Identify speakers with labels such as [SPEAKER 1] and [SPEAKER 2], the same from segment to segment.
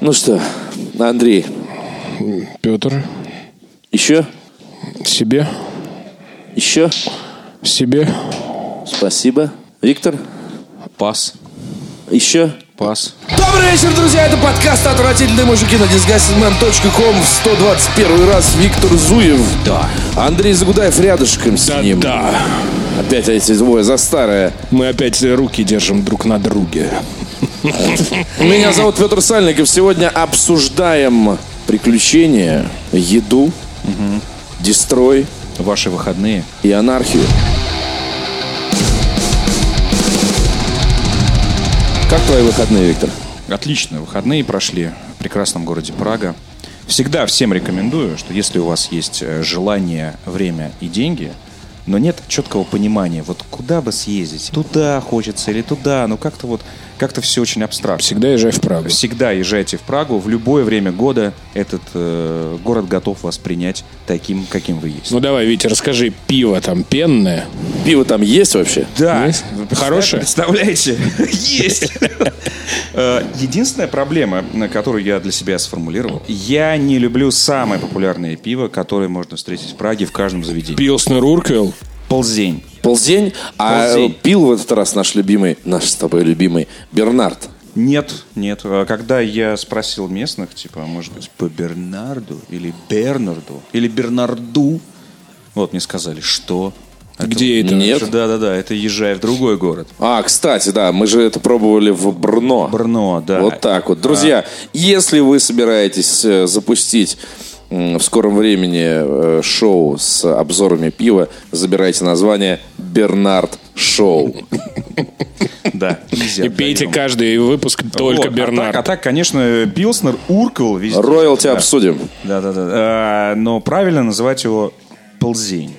[SPEAKER 1] Ну что, Андрей,
[SPEAKER 2] Петр,
[SPEAKER 1] еще?
[SPEAKER 2] себе,
[SPEAKER 1] Еще?
[SPEAKER 2] себе,
[SPEAKER 1] Спасибо. Виктор,
[SPEAKER 3] Пас.
[SPEAKER 1] еще?
[SPEAKER 3] Пас.
[SPEAKER 4] Добрый вечер, друзья! Это подкаст «Отвратительные мужики» на disgustingman.com в 121 раз Виктор Зуев. Да. Андрей Загудаев рядышком с ним.
[SPEAKER 2] да.
[SPEAKER 4] Опять эти двое за старое.
[SPEAKER 2] Мы опять руки держим друг на друге.
[SPEAKER 4] Меня зовут Петр Сальников. Сегодня обсуждаем приключения, еду, дестрой
[SPEAKER 3] Ваши выходные.
[SPEAKER 4] и анархию. Как твои выходные, Виктор?
[SPEAKER 3] Отлично. Выходные прошли в прекрасном городе Прага. Всегда всем рекомендую, что если у вас есть э, желание, время и деньги, но нет четкого понимания, вот куда бы съездить, туда хочется или туда, ну как-то вот, как-то все очень абстрактно.
[SPEAKER 2] Всегда езжай в Прагу.
[SPEAKER 3] Всегда езжайте в Прагу, в любое время года этот э, город готов вас принять таким, каким вы есть.
[SPEAKER 2] Ну давай, Витя, расскажи, пиво там пенное?
[SPEAKER 4] Пиво там есть вообще?
[SPEAKER 3] Да.
[SPEAKER 2] Есть? Хорошее?
[SPEAKER 3] Представляете? Есть. Э, Единственная проблема, на которую я для себя сформулировал, я не люблю самое популярное пиво, которое можно встретить в Праге в каждом заведении.
[SPEAKER 2] Пилснер Урквилл?
[SPEAKER 3] Ползень.
[SPEAKER 4] Ползень, а э,
[SPEAKER 3] Ползень.
[SPEAKER 4] пил в этот раз наш любимый, наш с тобой любимый Бернард.
[SPEAKER 3] Нет, нет. А Когда я спросил местных, типа, может быть, по Бернарду или Бернарду или Бернарду, вот мне сказали, что...
[SPEAKER 2] Где это?
[SPEAKER 4] Нет.
[SPEAKER 3] Да-да-да, это езжай в другой город.
[SPEAKER 4] А, кстати, да, мы же это пробовали в Брно.
[SPEAKER 3] Брно, да. А.
[SPEAKER 4] Вот так вот. Друзья, если вы собираетесь э, запустить м, в скором времени э, шоу с обзорами пива, забирайте название «Бернард Шоу».
[SPEAKER 3] Да. нельзя
[SPEAKER 2] И пейте
[SPEAKER 3] вдвоем.
[SPEAKER 2] каждый выпуск только
[SPEAKER 3] Вот, а так- А так,
[SPEAKER 2] Бернард.
[SPEAKER 3] конечно, Пилснер, Уркл везде.
[SPEAKER 4] Роялти
[SPEAKER 3] Да.
[SPEAKER 4] обсудим.
[SPEAKER 3] Да, да, да. А, но правильно называть его Ползень.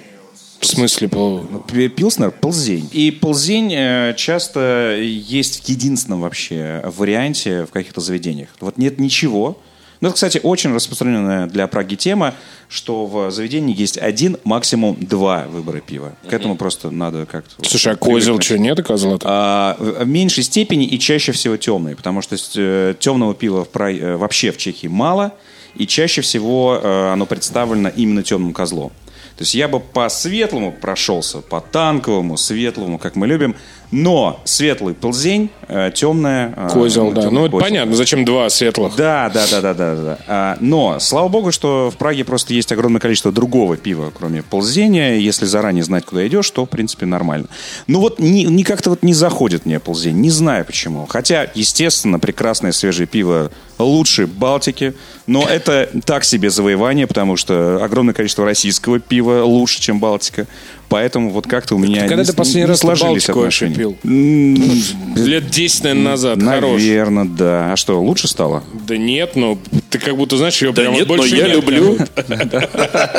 [SPEAKER 2] В смысле, пол-
[SPEAKER 3] П- Пилснер – ползень. И ползень э, часто есть в единственном вообще варианте в каких-то заведениях. Вот нет ничего. Ну, это, кстати, очень распространенная для Праги тема, что в заведении есть один, максимум два выбора пива. К этому просто надо как-то... вот
[SPEAKER 2] Слушай, а козел
[SPEAKER 3] привыкнуть.
[SPEAKER 2] что, нет козла-то?
[SPEAKER 3] А, в в меньшей степени и чаще всего темные, потому что э, темного пива в пра- э, вообще в Чехии мало, и чаще всего э, оно представлено именно темным козлом. То есть я бы по светлому прошелся, по танковому, светлому, как мы любим, но светлый ползень, э, темная... э,
[SPEAKER 2] Козел, да.
[SPEAKER 3] темный
[SPEAKER 2] Ну, это
[SPEAKER 3] козел.
[SPEAKER 2] понятно, зачем два светлых?
[SPEAKER 3] Да, да, да, да, да, да. А, но, слава богу, что в Праге просто есть огромное количество другого пива, кроме ползения. Если заранее знать, куда идешь, то, в принципе, нормально. Ну вот не, не как-то вот не заходит мне ползень. Не знаю почему. Хотя, естественно, прекрасное свежее пиво лучше Балтики. Но это так себе завоевание, потому что огромное количество российского пива лучше, чем Балтика. Поэтому вот как-то у меня
[SPEAKER 2] Когда
[SPEAKER 3] не,
[SPEAKER 2] ты
[SPEAKER 3] с-
[SPEAKER 2] последний
[SPEAKER 3] не
[SPEAKER 2] раз
[SPEAKER 3] сложились
[SPEAKER 2] Балтику вообще
[SPEAKER 3] отношения.
[SPEAKER 2] пил? Лет 10, наверное, назад. Хорош.
[SPEAKER 3] Наверное, да. А что, лучше стало?
[SPEAKER 2] Да нет, ну, ты как будто, знаешь, ее прям вот
[SPEAKER 4] нет, но
[SPEAKER 2] больше
[SPEAKER 4] я
[SPEAKER 2] нет,
[SPEAKER 4] люблю.
[SPEAKER 2] как будто.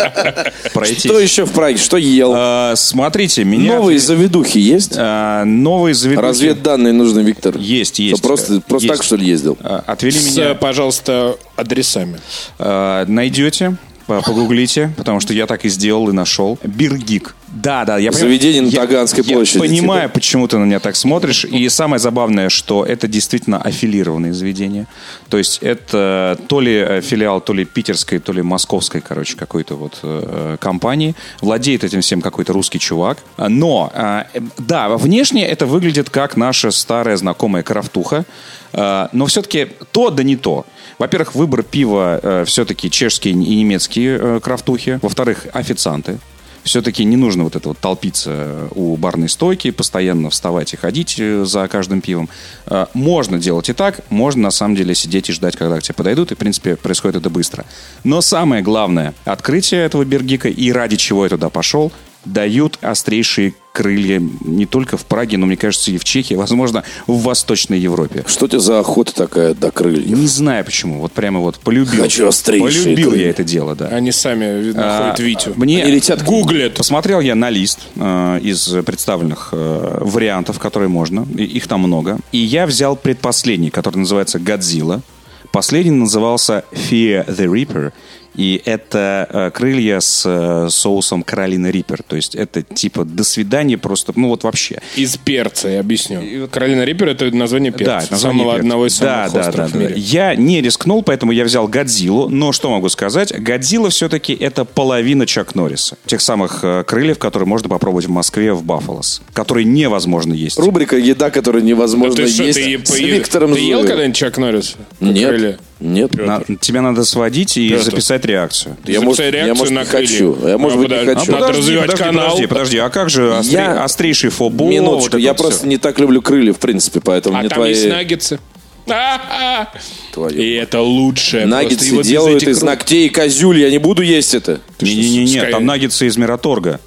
[SPEAKER 3] Пройтись.
[SPEAKER 4] Что еще в Праге? Что ел?
[SPEAKER 3] А, смотрите, меня...
[SPEAKER 4] Новые заведухи есть?
[SPEAKER 3] а, новые заведения...
[SPEAKER 4] Разведданные нужны, Виктор.
[SPEAKER 3] Есть,
[SPEAKER 4] Что,
[SPEAKER 3] есть.
[SPEAKER 4] Просто просто
[SPEAKER 3] Есть.
[SPEAKER 4] так, что ли, ездил?
[SPEAKER 3] А, Отвели
[SPEAKER 2] С,
[SPEAKER 3] меня.
[SPEAKER 2] пожалуйста, адресами.
[SPEAKER 3] А, найдете, по- погуглите, потому что я так и сделал и нашел. Биргик. Да, да, я понимаю-
[SPEAKER 4] Заведение на
[SPEAKER 3] я-
[SPEAKER 4] Таганской площади,
[SPEAKER 3] Я понимаю, почему ты на меня так смотришь. И самое забавное, что это действительно аффилированные заведения. То есть это то ли э, филиал, то ли питерской, то ли московской, короче, какой-то вот э, компании. Владеет этим всем какой-то русский чувак. Но, э, э, да, внешне это выглядит как наша старая знакомая крафтуха. Э, Но все-таки то да не то. Во-первых, выбор пива все-таки чешские и немецкие э, крафтухи. Во-вторых, официанты. Все-таки не нужно вот это вот толпиться э, у барной стойки, постоянно вставать и ходить э, за каждым пивом. Э, Можно делать и так, можно на самом деле сидеть и ждать, когда к тебе подойдут, и, в принципе, происходит это быстро. Но самое главное, открытие этого Бергика и ради чего я туда пошел, дают острейшие крылья не только в Праге, но, мне кажется, и в Чехии, возможно, в Восточной Европе.
[SPEAKER 4] Что у тебя за охота такая до крыльев?
[SPEAKER 3] Не знаю почему, вот прямо вот полюбил.
[SPEAKER 4] Хочу острейшие
[SPEAKER 3] Полюбил
[SPEAKER 4] крылья.
[SPEAKER 3] я это дело, да.
[SPEAKER 2] Они сами видно, находят
[SPEAKER 3] А,
[SPEAKER 2] Витю.
[SPEAKER 3] Мне
[SPEAKER 4] Они летят к нему.
[SPEAKER 2] Э, Гуглят.
[SPEAKER 3] Посмотрел я на лист э, из представленных э, вариантов, которые можно. И- их там много. И я взял предпоследний, который называется «Годзилла». Последний назывался «Fear the Reaper». И это э, крылья с э, соусом Каролина Риппер. То есть это типа до свидания просто, ну вот вообще.
[SPEAKER 2] Из перца, я объясню. Каролина Риппер это название перца.
[SPEAKER 3] Да, это название
[SPEAKER 2] самого
[SPEAKER 3] перца.
[SPEAKER 2] одного из самых
[SPEAKER 3] да, да,
[SPEAKER 2] острых
[SPEAKER 3] да,
[SPEAKER 2] в
[SPEAKER 3] да.
[SPEAKER 2] мире.
[SPEAKER 3] Я не рискнул, поэтому я взял Годзиллу. Но что могу сказать? Годзилла все-таки это половина Чак Норриса. Тех самых э, крыльев, которые можно попробовать в Москве в Баффалос. Которые невозможно есть.
[SPEAKER 4] Рубрика «Еда, которую
[SPEAKER 2] Да
[SPEAKER 4] невозможно
[SPEAKER 2] ты что,
[SPEAKER 4] есть»
[SPEAKER 2] ты, е-
[SPEAKER 4] с
[SPEAKER 2] поел-
[SPEAKER 4] Виктором
[SPEAKER 2] ты ел
[SPEAKER 4] Зуевым.
[SPEAKER 2] когда-нибудь Чак Норрис?
[SPEAKER 4] Нет, нет.
[SPEAKER 3] На- тебя надо сводить и записать реакцию.
[SPEAKER 4] Я, может, я, может, не хочу. Я, может быть, не хочу.
[SPEAKER 2] Надо
[SPEAKER 3] Подожди,
[SPEAKER 2] развивать
[SPEAKER 3] подожди,
[SPEAKER 2] канал.
[SPEAKER 3] Подожди, подожди, а как же остре-
[SPEAKER 4] Я-
[SPEAKER 3] острейший фобо? вот
[SPEAKER 4] Минуточку,
[SPEAKER 3] это
[SPEAKER 4] я
[SPEAKER 3] вот
[SPEAKER 4] просто
[SPEAKER 3] всё?
[SPEAKER 4] не так люблю крылья, в принципе, поэтому
[SPEAKER 2] А
[SPEAKER 4] мне
[SPEAKER 2] там
[SPEAKER 4] твои...
[SPEAKER 2] есть наггетсы. А-а-а.
[SPEAKER 4] Твою
[SPEAKER 2] И это лучшее.
[SPEAKER 4] Наггетсы
[SPEAKER 2] просто. И вот из
[SPEAKER 4] делают
[SPEAKER 2] этих
[SPEAKER 4] из
[SPEAKER 2] рук-
[SPEAKER 4] ногтей козюль, я не буду есть это.
[SPEAKER 3] Не-не-не,
[SPEAKER 2] Скай-
[SPEAKER 3] там наггетсы из Мираторга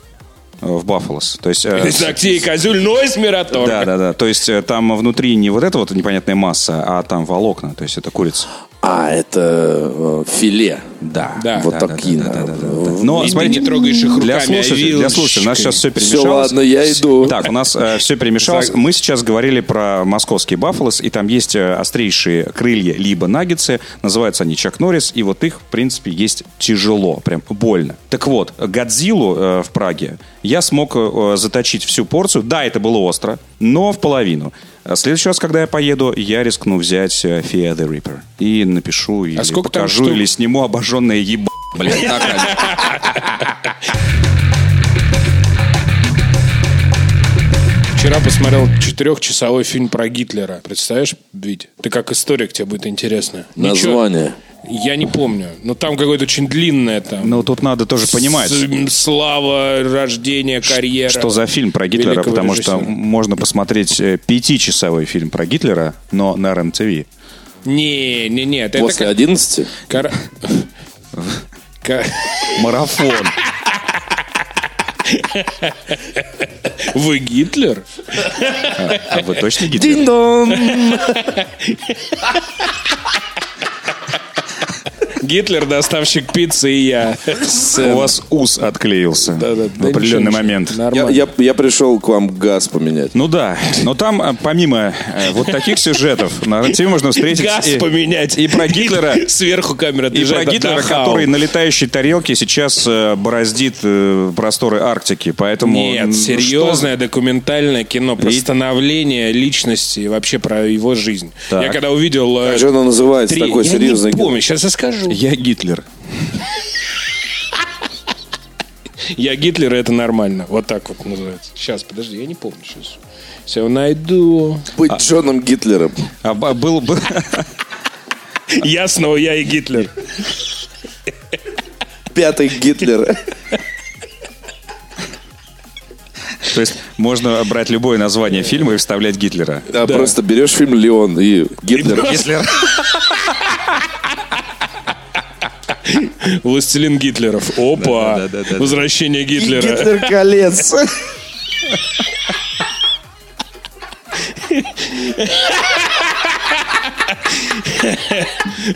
[SPEAKER 3] э, в Баффалос. То есть... э,
[SPEAKER 2] Из ногтей козюль, но из Мираторга.
[SPEAKER 3] Да, да, да. То есть э, там внутри не вот эта вот непонятная масса, а там волокна. То есть это курица.
[SPEAKER 4] А, это э, филе.
[SPEAKER 3] Да.
[SPEAKER 2] Да.
[SPEAKER 4] Вот такие,
[SPEAKER 3] Да, да, да,
[SPEAKER 4] наверное.
[SPEAKER 3] да, да. Но
[SPEAKER 2] И ты Э,
[SPEAKER 3] смотрите,
[SPEAKER 2] не трогаешь их руками,
[SPEAKER 3] для
[SPEAKER 2] а
[SPEAKER 3] слушателей, для
[SPEAKER 2] вилочкой.
[SPEAKER 3] слушателей, у нас сейчас все перемешалось.
[SPEAKER 4] Все, ладно, я иду.
[SPEAKER 3] Так, у нас все перемешалось. Мы сейчас говорили про московский Баффалос, и там есть э, острейшие крылья либо наггетсы. Называются они Чак Норрис, и вот их, в принципе, есть тяжело, прям больно. Так вот, Годзиллу э, в Праге я смог э, заточить всю порцию. Да, это было остро, но в половину. А В следующий раз, когда я поеду, я рискну взять э, Fear the Reaper. И напишу, или
[SPEAKER 2] сколько там
[SPEAKER 3] покажу,
[SPEAKER 2] штук?
[SPEAKER 3] или сниму обожженное еба. Блин, так они.
[SPEAKER 2] Вчера посмотрел четырехчасовой фильм про Гитлера. Представляешь, Вить? Ты как историк, тебе будет интересно. Ничего-
[SPEAKER 4] Название.
[SPEAKER 2] Я не помню. Но там какое-то очень длинное там.
[SPEAKER 3] Ну, тут надо тоже понимать.
[SPEAKER 2] С- м, Слава, рождение, карьера.
[SPEAKER 3] Что за фильм про Гитлера?
[SPEAKER 2] великого
[SPEAKER 3] Потому что
[SPEAKER 2] режиссера.
[SPEAKER 3] можно посмотреть э, пятичасовой фильм про Гитлера, но на РЕН-ТВ.
[SPEAKER 2] Не, не, нет. Это
[SPEAKER 4] После
[SPEAKER 2] как...
[SPEAKER 4] 11?
[SPEAKER 2] кар- Ка-
[SPEAKER 3] Марафон.
[SPEAKER 2] Вы Гитлер?
[SPEAKER 3] А Вы точно Гитлер?
[SPEAKER 2] Гитлер, доставщик пиццы и я.
[SPEAKER 3] У вас ус отклеился
[SPEAKER 2] э, да,
[SPEAKER 3] в
[SPEAKER 2] да, ничего,
[SPEAKER 3] определенный
[SPEAKER 2] ничего.
[SPEAKER 3] момент.
[SPEAKER 4] Я,
[SPEAKER 2] Нормально.
[SPEAKER 4] я, я пришел к вам газ поменять.
[SPEAKER 3] Ну да, но там э, помимо э, вот таких сюжетов на РЕН-ТВ можно встретить
[SPEAKER 2] Газ
[SPEAKER 3] и-
[SPEAKER 2] поменять.
[SPEAKER 3] и про Гитлера,
[SPEAKER 2] Сверху камера
[SPEAKER 3] И про
[SPEAKER 2] отъезжает от
[SPEAKER 3] Гитлера,
[SPEAKER 2] Дахау.
[SPEAKER 3] который на летающей тарелке сейчас э, бороздит э, просторы Арктики. Поэтому м, ну
[SPEAKER 2] Нет,
[SPEAKER 3] что-
[SPEAKER 2] серьезное документальное кино про становление личности и вообще про его жизнь.
[SPEAKER 3] Так.
[SPEAKER 2] Я когда увидел... э,
[SPEAKER 4] Как же оно называется?
[SPEAKER 2] три-
[SPEAKER 4] Такое
[SPEAKER 2] я
[SPEAKER 4] серьезное.
[SPEAKER 2] не помню, сейчас я скажу.
[SPEAKER 3] Я Гитлер.
[SPEAKER 2] Я Гитлер, и это нормально. Вот так вот называется. Сейчас, подожди, я не помню сейчас. Все найду.
[SPEAKER 4] Быть Джоном Гитлером.
[SPEAKER 3] А, б- был, был-
[SPEAKER 2] Я снова я и Гитлер.
[SPEAKER 4] Пятый Гитлер.
[SPEAKER 3] То есть можно брать любое название фильма и вставлять Гитлера.
[SPEAKER 4] Да, просто берешь фильм «Леон» и Гитлер.
[SPEAKER 3] Гитлер.
[SPEAKER 2] Властелин Гитлеров. Опа!
[SPEAKER 3] Да, да, да, да, да.
[SPEAKER 2] Возвращение Гитлера.
[SPEAKER 4] колец.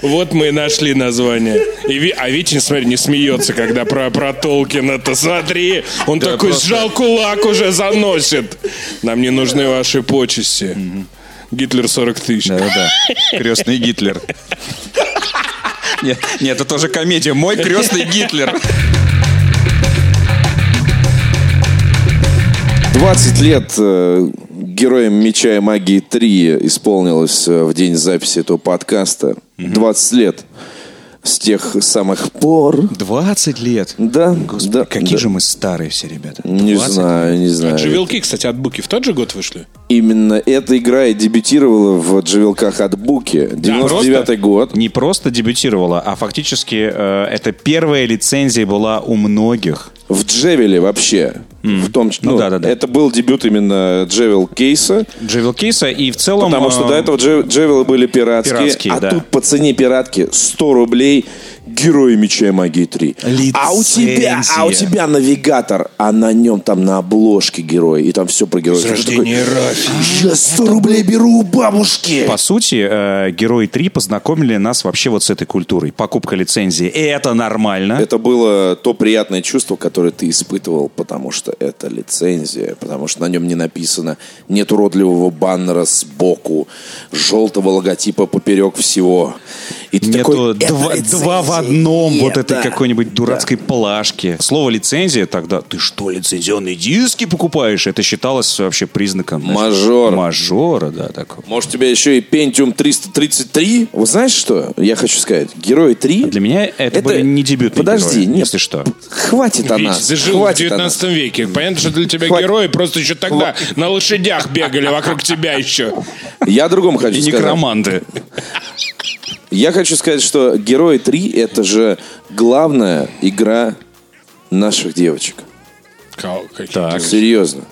[SPEAKER 2] Вот мы и нашли название. И Ви- А Витин, смотри, не смеется, когда про, про Толкина-то. Смотри, он такой сжал кулак, уже заносит. Нам не нужны ваши почести. Гитлер 40 тысяч.
[SPEAKER 3] Да-да-да. Крестный Гитлер. Нет, нет, это тоже комедия. Мой крестный Гитлер.
[SPEAKER 4] 20 лет э, героям «Меча и магии 3» исполнилось э, в день записи этого подкаста. 20 лет с тех самых пор.
[SPEAKER 3] 20 лет.
[SPEAKER 4] Да, да,
[SPEAKER 3] Какие
[SPEAKER 4] да.
[SPEAKER 3] же мы старые все, ребята.
[SPEAKER 4] Не знаю, не знаю.
[SPEAKER 2] Живелки, кстати, от Буки в тот же год вышли?
[SPEAKER 4] Именно эта игра и дебютировала в «Джевелках от Буки». 99 год.
[SPEAKER 3] Не просто дебютировала, а фактически э, это первая лицензия была у многих.
[SPEAKER 4] В «Джевеле» вообще. В том, ч-
[SPEAKER 3] Ну
[SPEAKER 4] ну,
[SPEAKER 3] да, да, да.
[SPEAKER 4] Это был дебют именно «Джевел Кейса».
[SPEAKER 3] Джевел Кейса, и в целом...
[SPEAKER 4] Потому что
[SPEAKER 3] э,
[SPEAKER 4] до этого «Джев- джевелы были пиратские,
[SPEAKER 3] Пиратские,
[SPEAKER 4] а
[SPEAKER 3] да.
[SPEAKER 4] тут по цене пиратки 100 рублей Герои Меча и Магии 3. А у тебя, а у
[SPEAKER 3] Лицензия.
[SPEAKER 4] тебя навигатор, а на нем там на обложке герой, и там все про героя. Ты
[SPEAKER 2] Рождение Рафи.
[SPEAKER 4] Я 100 рублей беру у бабушки.
[SPEAKER 3] По сути, э, Герои 3 познакомили нас вообще вот с этой культурой. Покупка лицензии. И это нормально.
[SPEAKER 4] Это было то приятное чувство, которое ты испытывал, потому что это лицензия, потому что на нем не написано, нет уродливого баннера сбоку, желтого логотипа поперек всего. И ты такой,
[SPEAKER 3] Нету
[SPEAKER 4] «Это
[SPEAKER 3] два, два в
[SPEAKER 4] лицензия,
[SPEAKER 3] одном вот этой
[SPEAKER 4] да».
[SPEAKER 3] какой-нибудь дурацкой плашки. Слово лицензия тогда, ты что, лицензионные диски покупаешь? Это считалось вообще признаком. знаешь,
[SPEAKER 4] Мажора.
[SPEAKER 3] Мажора, да, такого.
[SPEAKER 4] Может, у тебя еще и Pentium 333? Вы знаете что? Я хочу сказать. Герои 3...
[SPEAKER 3] А Для меня это, были не дебютные
[SPEAKER 4] Подожди,
[SPEAKER 3] герои,
[SPEAKER 4] нет.
[SPEAKER 3] если что.
[SPEAKER 4] Хватит о
[SPEAKER 2] Ведь
[SPEAKER 4] нас.
[SPEAKER 2] ты жил в
[SPEAKER 4] Хватит о нас.
[SPEAKER 2] 19 веке. Понятно, что для тебя
[SPEAKER 4] Хватит.
[SPEAKER 2] герои просто еще тогда на лошадях бегали вокруг тебя еще.
[SPEAKER 4] Я о другом хочу
[SPEAKER 3] И
[SPEAKER 4] сказать.
[SPEAKER 3] некроманты.
[SPEAKER 4] Я хочу сказать, что Герои 3 это же главная игра наших девочек.
[SPEAKER 2] Ка- какие
[SPEAKER 3] Так.
[SPEAKER 2] девочки?
[SPEAKER 4] Серьезно.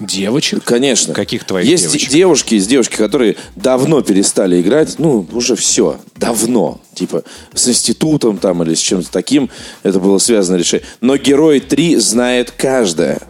[SPEAKER 2] Девочек?
[SPEAKER 4] Конечно.
[SPEAKER 3] Каких твоих
[SPEAKER 4] Есть
[SPEAKER 3] девочек?
[SPEAKER 4] девушки, есть девушки, которые давно перестали играть, ну, уже все, давно. Типа, с институтом там или с чем-то таким это было связано решение. Но Герой 3 знает каждая.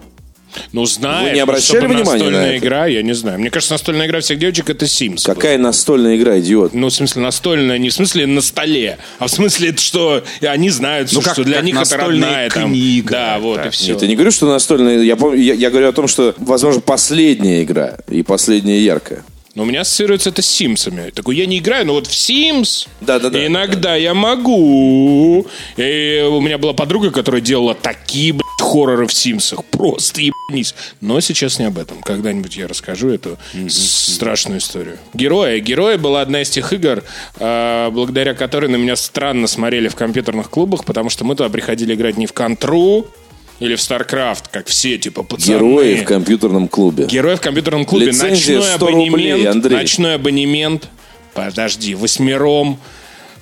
[SPEAKER 2] Ну, знаю.
[SPEAKER 4] Вы не обращали внимания на
[SPEAKER 2] Настольная
[SPEAKER 4] это?
[SPEAKER 2] игра, я не знаю. Мне кажется, настольная игра всех девочек это Sims. была.
[SPEAKER 4] Какая настольная игра, идиот?
[SPEAKER 2] Ну, в смысле, настольная, не в смысле на столе, а в смысле, что они знают,
[SPEAKER 3] Ну,
[SPEAKER 2] что,
[SPEAKER 3] как-
[SPEAKER 2] для
[SPEAKER 3] как
[SPEAKER 2] них это
[SPEAKER 3] настольная
[SPEAKER 2] родная там.
[SPEAKER 3] книга.
[SPEAKER 2] Да, вот и все.
[SPEAKER 4] Нет, я не говорю, что настольная... Я, помню, я, я говорю о том, что, возможно, последняя игра и последняя яркая.
[SPEAKER 2] Но у меня ассоциируется это с Симсами. Такой, я не играю, но вот в Sims
[SPEAKER 4] Да-да-да.
[SPEAKER 2] иногда я могу. И у меня была подруга, которая делала такие, блядь, хорроры в Симсах. Просто ебанись. Но сейчас не об этом. Когда-нибудь я расскажу эту с- страшную историю. Героя. Героя была одна из тех игр, э, благодаря которой на меня странно смотрели в компьютерных клубах, потому что мы туда приходили играть не в контру или в StarCraft, как все, типа, пацаны.
[SPEAKER 4] Герои в компьютерном клубе.
[SPEAKER 2] Герой в компьютерном клубе.
[SPEAKER 4] Лицензия
[SPEAKER 2] ночной
[SPEAKER 4] 100
[SPEAKER 2] абонемент.
[SPEAKER 4] рублей, Андрей.
[SPEAKER 2] Ночной абонемент. Подожди, восьмером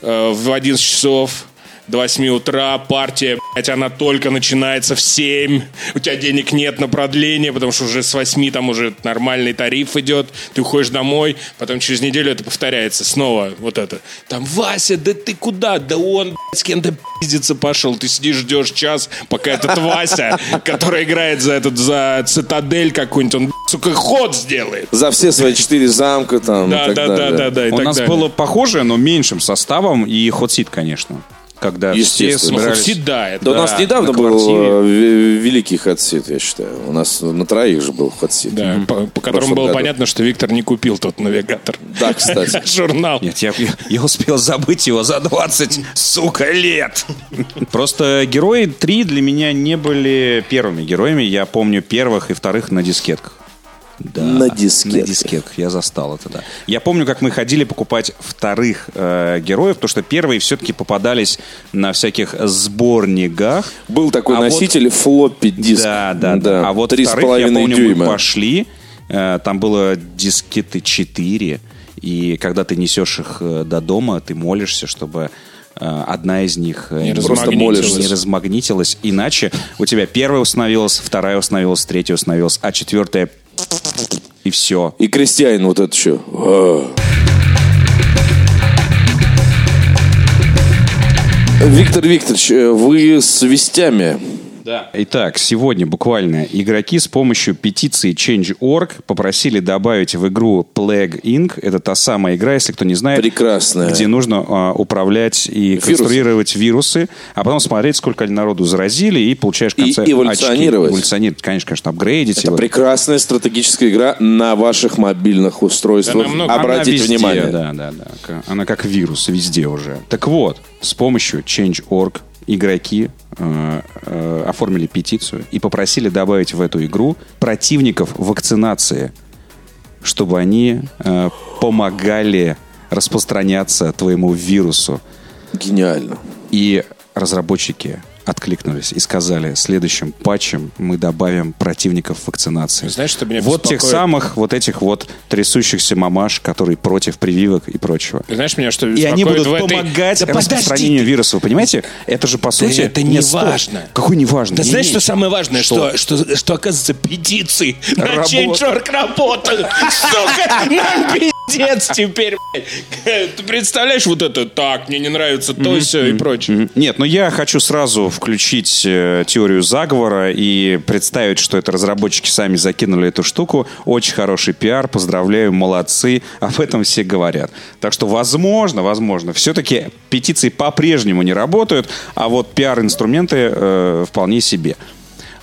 [SPEAKER 2] э, в 11 часов до 8 утра партия, блядь, она только начинается в 7. У тебя денег нет на продление, потому что уже с 8 там уже нормальный тариф идет. Ты уходишь домой, потом через неделю это повторяется снова. Вот это. Там, Вася, да ты куда? Да он, блядь, с кем-то пиздиться пошел. Ты сидишь, ждешь час, пока этот Вася, который играет за этот, за цитадель какую-нибудь, он, блядь, сука, ход сделает.
[SPEAKER 4] За все свои четыре замка там. и
[SPEAKER 2] Да,
[SPEAKER 4] Ну, так
[SPEAKER 2] да, да,
[SPEAKER 4] далее.
[SPEAKER 2] да, да. и
[SPEAKER 3] У
[SPEAKER 2] так
[SPEAKER 3] нас
[SPEAKER 2] далее.
[SPEAKER 3] было похожее, но меньшим составом и хотсит, конечно. Когда все
[SPEAKER 4] Естественно.
[SPEAKER 2] Ну,
[SPEAKER 3] собирались.
[SPEAKER 2] Хопси, да, это
[SPEAKER 4] Да, у нас
[SPEAKER 2] да.
[SPEAKER 4] недавно
[SPEAKER 3] на
[SPEAKER 4] был
[SPEAKER 3] квартире.
[SPEAKER 4] э, ве- великий хатсит, я считаю. У нас на троих же был хатсит.
[SPEAKER 2] Да, по, по которому
[SPEAKER 4] прошлом
[SPEAKER 2] было
[SPEAKER 4] году.
[SPEAKER 2] понятно, что Виктор не купил тот навигатор.
[SPEAKER 4] Да, кстати.
[SPEAKER 2] Журнал.
[SPEAKER 3] Нет, я, я- я успел забыть его за 20, сука, лет. Просто герои 3 для меня не были первыми героями. Я помню первых и вторых на дискетках. Да,
[SPEAKER 4] На дискетках.
[SPEAKER 3] На дискетках. Я застал это, да. Я помню, как мы ходили покупать вторых э, героев, потому что первые все-таки попадались на всяких сборниках.
[SPEAKER 4] Был такой
[SPEAKER 3] А вот-
[SPEAKER 4] носитель флоппи диск.
[SPEAKER 3] Да, да, да. А вот
[SPEAKER 4] три с
[SPEAKER 3] вторых, я
[SPEAKER 4] половиной
[SPEAKER 3] помню, мы
[SPEAKER 4] дюйма.
[SPEAKER 3] пошли, э, там было дискеты 4, и когда ты несешь их э, до дома, ты молишься, чтобы э, одна из них э,
[SPEAKER 2] Не
[SPEAKER 4] Просто молишься.
[SPEAKER 3] не размагнитилась, иначе у тебя первая установилась, вторая установилась, третья установилась, а четвертая и все.
[SPEAKER 4] И крестьянин вот А. это еще. Виктор Викторович, э, вы с вестями.
[SPEAKER 3] Итак, сегодня буквально игроки с помощью петиции Change.org попросили добавить в игру Plague Inc. Это та самая игра, если кто не знает.
[SPEAKER 4] Прекрасная.
[SPEAKER 3] Где нужно а, управлять и конструировать вирусы, а потом смотреть, сколько народу заразили, и получаешь в
[SPEAKER 4] И
[SPEAKER 3] конце очки.
[SPEAKER 4] эволюционировать.
[SPEAKER 3] Эволюционировать, конечно, конечно, апгрейдить.
[SPEAKER 4] Это
[SPEAKER 3] его.
[SPEAKER 4] прекрасная стратегическая игра на ваших мобильных устройствах.
[SPEAKER 2] намного-
[SPEAKER 3] Ну, Она
[SPEAKER 4] Обратите
[SPEAKER 3] везде,
[SPEAKER 4] внимание.
[SPEAKER 3] Да, да, да. К- Она как вирус везде уже. Так вот, с помощью Change.org игроки э, э, оформили петицию и попросили добавить в эту игру противников вакцинации, чтобы они э, помогали распространяться твоему вирусу.
[SPEAKER 4] Гениально.
[SPEAKER 3] И разработчики откликнулись и сказали, следующим патчем мы добавим противников вакцинации.
[SPEAKER 2] Знаешь, что меня
[SPEAKER 3] Вот тех
[SPEAKER 2] беспокоит?
[SPEAKER 3] самых, вот этих вот трясущихся мамаш, которые против прививок и прочего.
[SPEAKER 2] Знаешь, меня что
[SPEAKER 3] И они
[SPEAKER 2] беспокоит
[SPEAKER 3] будут
[SPEAKER 2] в этой-
[SPEAKER 3] помогать
[SPEAKER 2] Да
[SPEAKER 3] распространению вируса, вы понимаете? Это же, по сути...
[SPEAKER 2] это не
[SPEAKER 3] нет, стоп.
[SPEAKER 2] важно.
[SPEAKER 3] Какой не важно?
[SPEAKER 2] Да
[SPEAKER 3] Не,
[SPEAKER 2] знаешь,
[SPEAKER 3] не.
[SPEAKER 2] что самое важное? Что, что, что, оказывается, петиции на
[SPEAKER 3] Работа.
[SPEAKER 2] Change.org работают. Сука, нам пиздец теперь, блядь. Ты представляешь вот это? Так, мне не нравится то, все и прочее.
[SPEAKER 3] Мгм. Нет, но я хочу сразу включить э, теорию заговора и представить, что это разработчики сами закинули эту штуку. Очень хороший пиар, поздравляю, молодцы. Об этом все говорят. Так что, возможно, возможно, все-таки петиции по-прежнему не работают, а вот пиар-инструменты э, вполне себе.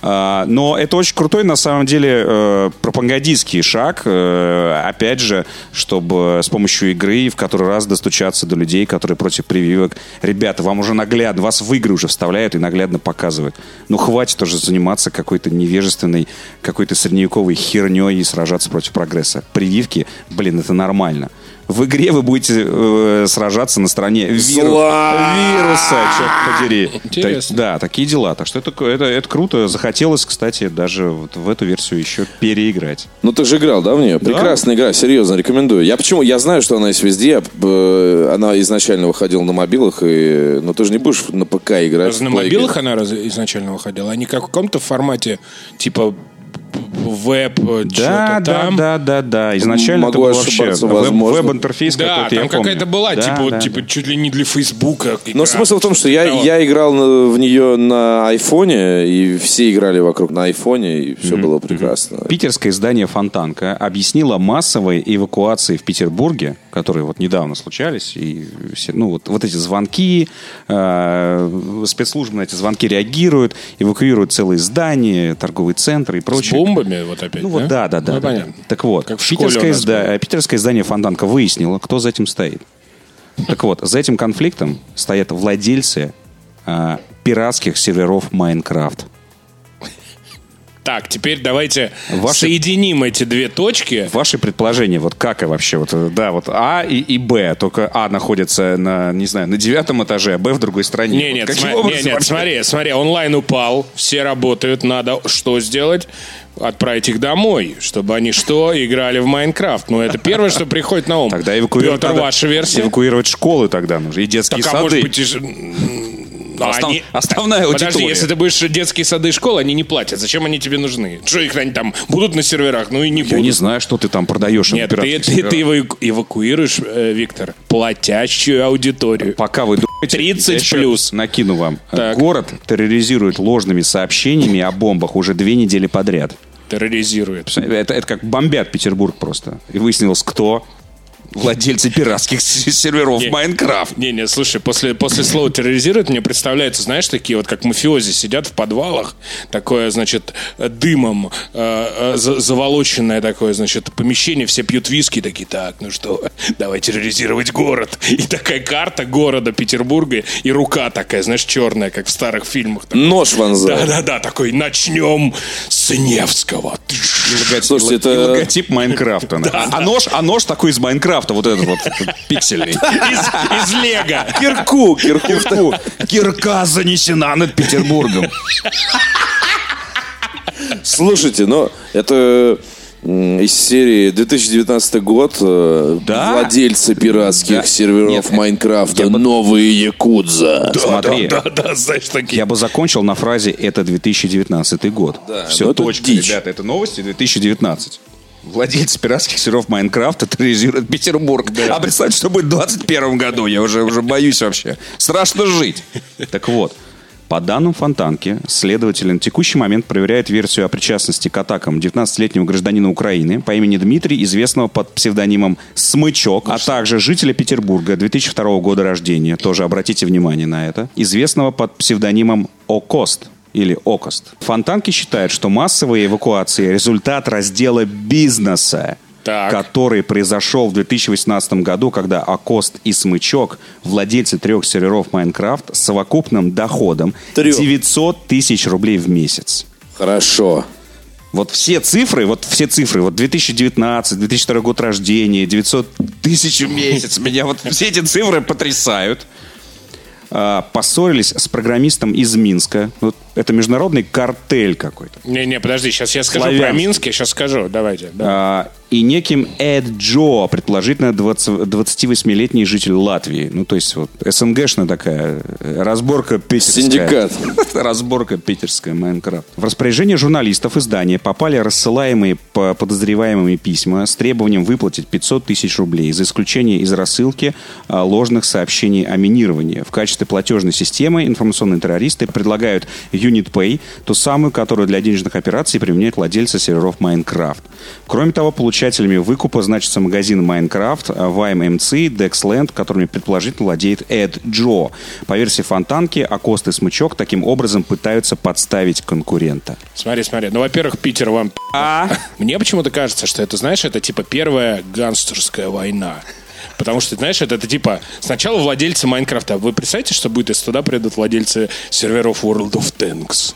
[SPEAKER 3] А, Но это очень крутой, на самом деле, э, пропагандистский шаг. э, Опять же, чтобы с помощью игры в который раз достучаться до людей, которые против прививок. Ребята, вам уже наглядно, вас в игры уже вставляют и наглядно показывают. Ну, хватит уже заниматься какой-то невежественной, какой-то средневековой херней и сражаться против прогресса. Прививки, блин, это нормально. В игре вы будете э, сражаться на стороне виру-
[SPEAKER 4] Зла!
[SPEAKER 3] вируса, черт подери.
[SPEAKER 2] А, Интересно.
[SPEAKER 3] Та- да, такие дела. Так что это, это, это круто. Захотелось, кстати, даже вот в эту версию еще переиграть.
[SPEAKER 4] Ну ты же играл, да, в нее? Прекрасная игра, серьезно, рекомендую. Я почему? Я знаю, что она есть везде. я, э, Она изначально выходила на мобилах, и... но ты же не будешь на ПК играть. в
[SPEAKER 2] На
[SPEAKER 4] плейгейм.
[SPEAKER 2] мобилах она раз- изначально выходила, а не как в каком-то формате, типа б- веб,
[SPEAKER 3] Да,
[SPEAKER 2] что-то
[SPEAKER 3] да,
[SPEAKER 2] там.
[SPEAKER 3] да, да, да. Изначально это
[SPEAKER 4] Могу
[SPEAKER 3] был вообще
[SPEAKER 4] ошибаться,
[SPEAKER 3] веб-
[SPEAKER 4] возможно.
[SPEAKER 3] веб-интерфейс
[SPEAKER 2] Да,
[SPEAKER 3] какой-то, я
[SPEAKER 2] там
[SPEAKER 3] помню.
[SPEAKER 2] какая-то была,
[SPEAKER 3] Да,
[SPEAKER 2] типа, вот,
[SPEAKER 3] да,
[SPEAKER 2] типа,
[SPEAKER 3] да.
[SPEAKER 2] чуть ли не для Фейсбука.
[SPEAKER 4] Но
[SPEAKER 2] игра.
[SPEAKER 4] смысл в том, что я,
[SPEAKER 2] Да, вот.
[SPEAKER 4] я играл на- в нее на айфоне, и все играли вокруг на айфоне, и все было прекрасно.
[SPEAKER 3] Питерское издание «Фонтанка» объяснило массовые эвакуации в Петербурге, которые вот недавно случались, и все, ну, вот, вот эти звонки, э, спецслужбы на эти звонки реагируют, эвакуируют целые здания, торговые центры и
[SPEAKER 2] С
[SPEAKER 3] прочее.
[SPEAKER 2] бомбами вот опять,
[SPEAKER 3] Ну вот да, да, да.
[SPEAKER 2] Ну,
[SPEAKER 3] да,
[SPEAKER 2] понятно.
[SPEAKER 3] да. Так вот,
[SPEAKER 2] Как в школе
[SPEAKER 3] питерское,
[SPEAKER 2] у нас
[SPEAKER 3] изда- э, питерское издание Фонтанка выяснило, кто за этим стоит. Так вот, за этим конфликтом стоят владельцы а, пиратских серверов Майнкрафт.
[SPEAKER 2] Так, теперь давайте
[SPEAKER 3] Ваши-
[SPEAKER 2] соединим эти две точки.
[SPEAKER 3] Ваши предположения, вот как и вообще, вот, э, да, вот А и, и Б, только А находится на, не знаю, на девятом этаже, а Б в другой стране.
[SPEAKER 2] Не,
[SPEAKER 3] Вот
[SPEAKER 2] нет,
[SPEAKER 3] каким
[SPEAKER 2] сма-
[SPEAKER 3] образом
[SPEAKER 2] не, нет,
[SPEAKER 3] вообще?
[SPEAKER 2] смотри, смотри, онлайн упал, все работают, надо что сделать? Отправить их домой, чтобы они что, играли в Майнкрафт. Ну, это первое, что приходит на ум.
[SPEAKER 3] Тогда эвакуировать
[SPEAKER 2] Петр,
[SPEAKER 3] надо-
[SPEAKER 2] ваша версия?
[SPEAKER 3] Эвакуировать школы тогда нужно, и детские
[SPEAKER 2] Так, а
[SPEAKER 3] сады.
[SPEAKER 2] может быть, и ж- А
[SPEAKER 3] Остав-
[SPEAKER 2] они-
[SPEAKER 3] основная
[SPEAKER 2] Подожди,
[SPEAKER 3] аудитория.
[SPEAKER 2] если ты будешь детские сады и школы, они не платят. Зачем они тебе нужны? Что их они там будут на серверах? Ну и не
[SPEAKER 3] Я
[SPEAKER 2] будут.
[SPEAKER 3] не знаю, что ты там продаешь. на
[SPEAKER 2] Нет, ты,
[SPEAKER 3] пиратских
[SPEAKER 2] ты- ты
[SPEAKER 3] серверах.
[SPEAKER 2] эваку- эвакуируешь, э, Виктор, платящую аудиторию.
[SPEAKER 3] Пока вы думаете,
[SPEAKER 2] 30
[SPEAKER 3] я еще
[SPEAKER 2] плюс.
[SPEAKER 3] Накину вам.
[SPEAKER 2] Так.
[SPEAKER 3] Город терроризирует ложными сообщениями о бомбах уже две недели подряд.
[SPEAKER 2] Терроризирует.
[SPEAKER 3] Это, это как бомбят Петербург просто. И выяснилось, кто владельцы пиратских с- серверов
[SPEAKER 2] Не.
[SPEAKER 3] Майнкрафт.
[SPEAKER 2] Не, не, слушай, после, после слова терроризирует мне представляется, знаешь, такие вот как мафиози сидят в подвалах, такое, значит, э, дымом э, э, за- заволоченное такое, значит, помещение, все пьют виски, такие, так, ну что, давай терроризировать город. И такая карта города Петербурга, и рука такая, знаешь, черная, как в старых фильмах. Так.
[SPEAKER 4] Нож вонзает.
[SPEAKER 2] Да-да-да, такой, начнем с Невского.
[SPEAKER 4] Слушайте,
[SPEAKER 3] И
[SPEAKER 4] это...
[SPEAKER 3] э, логотип Майнкрафта. а, нож, а нож такой из Майнкрафта, вот этот вот пиксельный.
[SPEAKER 2] Из, из Лего.
[SPEAKER 3] Кирку, кирку. Кирка занесена над Петербургом.
[SPEAKER 4] Слушайте, ну это м, из серии 2019 год э,
[SPEAKER 3] Да.
[SPEAKER 4] владельцы пиратских
[SPEAKER 3] Да.
[SPEAKER 4] серверов
[SPEAKER 3] Нет,
[SPEAKER 4] Майнкрафта новые якудза.
[SPEAKER 3] Смотри,
[SPEAKER 2] Да-да-да, знаешь, такие.
[SPEAKER 3] Я бы закончил на фразе «это 2019 год».
[SPEAKER 4] Да,
[SPEAKER 3] Все,
[SPEAKER 4] ну это
[SPEAKER 3] точка,
[SPEAKER 4] дичь.
[SPEAKER 3] ребята, это новости 2019. Владельцы пиратских серов Майнкрафта терроризируют Петербург. А представьте, что будет в 2021 году. Я уже, уже боюсь вообще. Страшно жить. Так вот, по данным Фонтанки, следователи на текущий момент проверяют версию о причастности к атакам 19-летнего гражданина Украины по имени Дмитрий, известного под псевдонимом Смычок, а также жителя Петербурга 2002 года рождения, тоже обратите внимание на это, известного под псевдонимом Окост или ОКОСТ. Фонтанки считают, что массовые эвакуации – результат раздела бизнеса,
[SPEAKER 2] Так.
[SPEAKER 3] который произошел в 2018 году, когда ОКОСТ и Смычок, владельцы трех серверов Майнкрафт, с совокупным доходом
[SPEAKER 4] Трех.
[SPEAKER 3] 900 тысяч рублей в месяц.
[SPEAKER 4] Хорошо.
[SPEAKER 3] Вот все цифры, вот все цифры, вот 2019, 2002 год рождения, 900 тысяч в месяц, меня вот все эти цифры потрясают. А, Поссорились с программистом из Минска. Вот это международный картель какой-то.
[SPEAKER 2] Не-не, подожди, сейчас я скажу про
[SPEAKER 3] Славянский.
[SPEAKER 2] Минск, я сейчас скажу, давайте. да.
[SPEAKER 3] А, И неким Эд Джо, предположительно 20 28-летний житель Латвии. Ну, то есть вот СНГшная такая э, разборка питерская.
[SPEAKER 4] Синдикат.
[SPEAKER 3] Разборка питерская, Майнкрафт. В распоряжение журналистов издания попали рассылаемые по подозреваемыми письма с требованием выплатить 500 тысяч рублей за исключение из рассылки а, ложных сообщений о минировании. В качестве платежной системы информационные террористы предлагают Unit Pay, ту самую, которую для денежных операций применяют владельцы серверов Minecraft. Кроме того, получателями выкупа значатся магазин а, Minecraft, VMMC, Dexland, которыми предположительно владеет Эд Джо. По версии Фонтанки, Акост и Смычок таким образом пытаются подставить конкурента.
[SPEAKER 2] Смотри, смотри. Ну, во-первых, Питер вам... А?
[SPEAKER 3] А?
[SPEAKER 2] Мне почему-то кажется, что это, знаешь, это типа первая гангстерская война. Потому что, знаешь, это, это типа сначала владельцы Майнкрафта. Вы представляете, что будет, если туда придут владельцы серверов World of Tanks?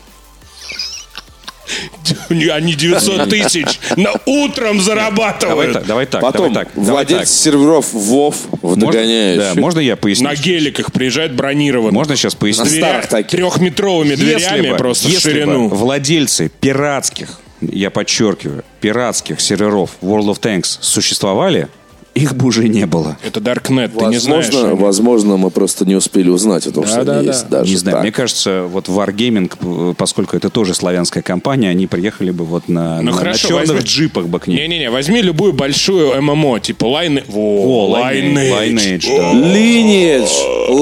[SPEAKER 2] Они 900 тысяч на утром
[SPEAKER 3] Давай
[SPEAKER 2] зарабатывают.
[SPEAKER 3] так, давай так,
[SPEAKER 4] Потом
[SPEAKER 3] давай так. давай
[SPEAKER 4] владелец
[SPEAKER 3] так.
[SPEAKER 4] серверов Вов
[SPEAKER 3] Можно-
[SPEAKER 4] догоняешь.
[SPEAKER 3] да, можно я поясню?
[SPEAKER 2] На геликах приезжают бронированные.
[SPEAKER 3] Можно сейчас пояснить?
[SPEAKER 4] На старых таких.
[SPEAKER 2] Трехметровыми дверями
[SPEAKER 3] бы-
[SPEAKER 2] просто в
[SPEAKER 3] если
[SPEAKER 2] ширину.
[SPEAKER 3] бы владельцы пиратских, я подчеркиваю, пиратских серверов World of Tanks существовали, их бы уже не было.
[SPEAKER 2] Это Даркнет, ты не знаешь.
[SPEAKER 4] Возможно, возможно, мы просто не успели узнать о том, что
[SPEAKER 2] да,
[SPEAKER 4] они
[SPEAKER 2] да.
[SPEAKER 4] есть. Даже
[SPEAKER 3] не знаю,
[SPEAKER 4] так.
[SPEAKER 3] мне кажется, вот Wargaming, э, поскольку это тоже славянская компания, они приехали бы вот на,
[SPEAKER 2] Ну
[SPEAKER 3] на- на
[SPEAKER 2] хорошо,
[SPEAKER 3] черных
[SPEAKER 2] возьми-
[SPEAKER 3] джипах бы к ней.
[SPEAKER 2] Не-не-не, возьми любую большую ММО, типа Лайны...
[SPEAKER 3] О,
[SPEAKER 2] Во,
[SPEAKER 3] Lineage,
[SPEAKER 2] Lineage.
[SPEAKER 3] Lineage, да.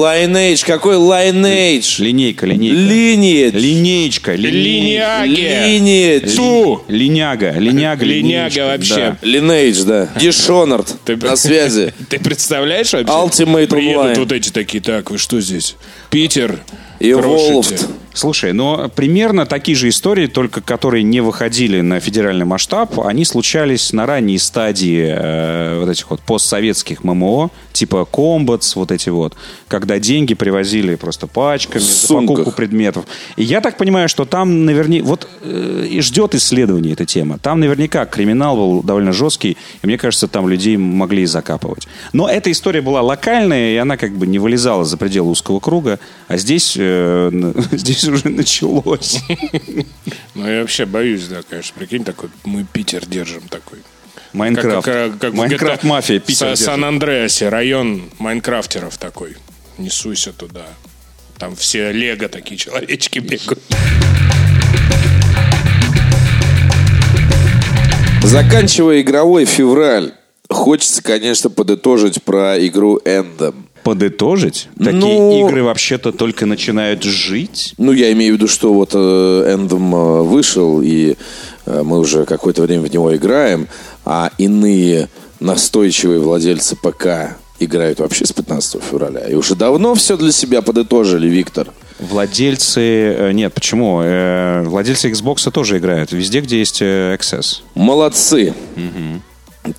[SPEAKER 4] Lineage. Lineage. Какой Lineage?
[SPEAKER 3] Линейка, линейка.
[SPEAKER 4] Lineage.
[SPEAKER 3] Линеечка, линейка.
[SPEAKER 2] Линяги.
[SPEAKER 4] Lineage.
[SPEAKER 2] Ту.
[SPEAKER 3] Линяга, линяга, линеечка,
[SPEAKER 2] Линяга вообще.
[SPEAKER 3] да.
[SPEAKER 4] Lineage, да. Дишонард.
[SPEAKER 2] Ты-
[SPEAKER 4] На связи.
[SPEAKER 2] Ты представляешь вообще?
[SPEAKER 4] Ultimate
[SPEAKER 2] Приедут
[SPEAKER 4] Online.
[SPEAKER 2] вот эти такие, так, вы что здесь? Питер.
[SPEAKER 4] Evolved.
[SPEAKER 2] крошите.
[SPEAKER 3] Слушай, но примерно такие же истории, только которые не выходили на федеральный масштаб, они случались на ранней стадии э, вот этих вот постсоветских ММО, типа комбатс, вот эти вот, когда деньги привозили просто пачками за
[SPEAKER 4] сумках.
[SPEAKER 3] покупку предметов. И я так понимаю, что там наверняка... Вот э, и ждет исследование эта тема. Там наверняка криминал был довольно жесткий, и мне кажется, там людей могли и закапывать. Но эта история была локальная, и она как бы не вылезала за пределы узкого круга, а здесь, э, н- здесь уже началось.
[SPEAKER 2] Ну, я вообще боюсь, да, конечно. Прикинь, такой, мы Питер держим такой. Как-
[SPEAKER 3] Майнкрафт.
[SPEAKER 2] как- как в
[SPEAKER 3] Майнкрафт
[SPEAKER 2] GTA
[SPEAKER 3] мафия,
[SPEAKER 2] Са-
[SPEAKER 3] Питер. держит.
[SPEAKER 2] Сан-Андреасе, район майнкрафтеров такой. Несуйся туда. Там все лего такие человечки бегают.
[SPEAKER 4] Заканчивая игровой февраль, хочется, конечно, подытожить про игру Эндом.
[SPEAKER 3] Подытожить? Такие
[SPEAKER 4] Ну-
[SPEAKER 3] игры вообще-то только начинают жить.
[SPEAKER 4] Ну, я имею в виду, что вот э, Anthem э, вышел, и э, мы уже какое-то время в него играем, а иные настойчивые владельцы ПК играют вообще с 15 февраля. И уже давно все для себя подытожили, Виктор.
[SPEAKER 3] Владельцы... э, Нет, почему? Э, Владельцы Xbox тоже играют. Везде, где есть э, Access.
[SPEAKER 4] Молодцы.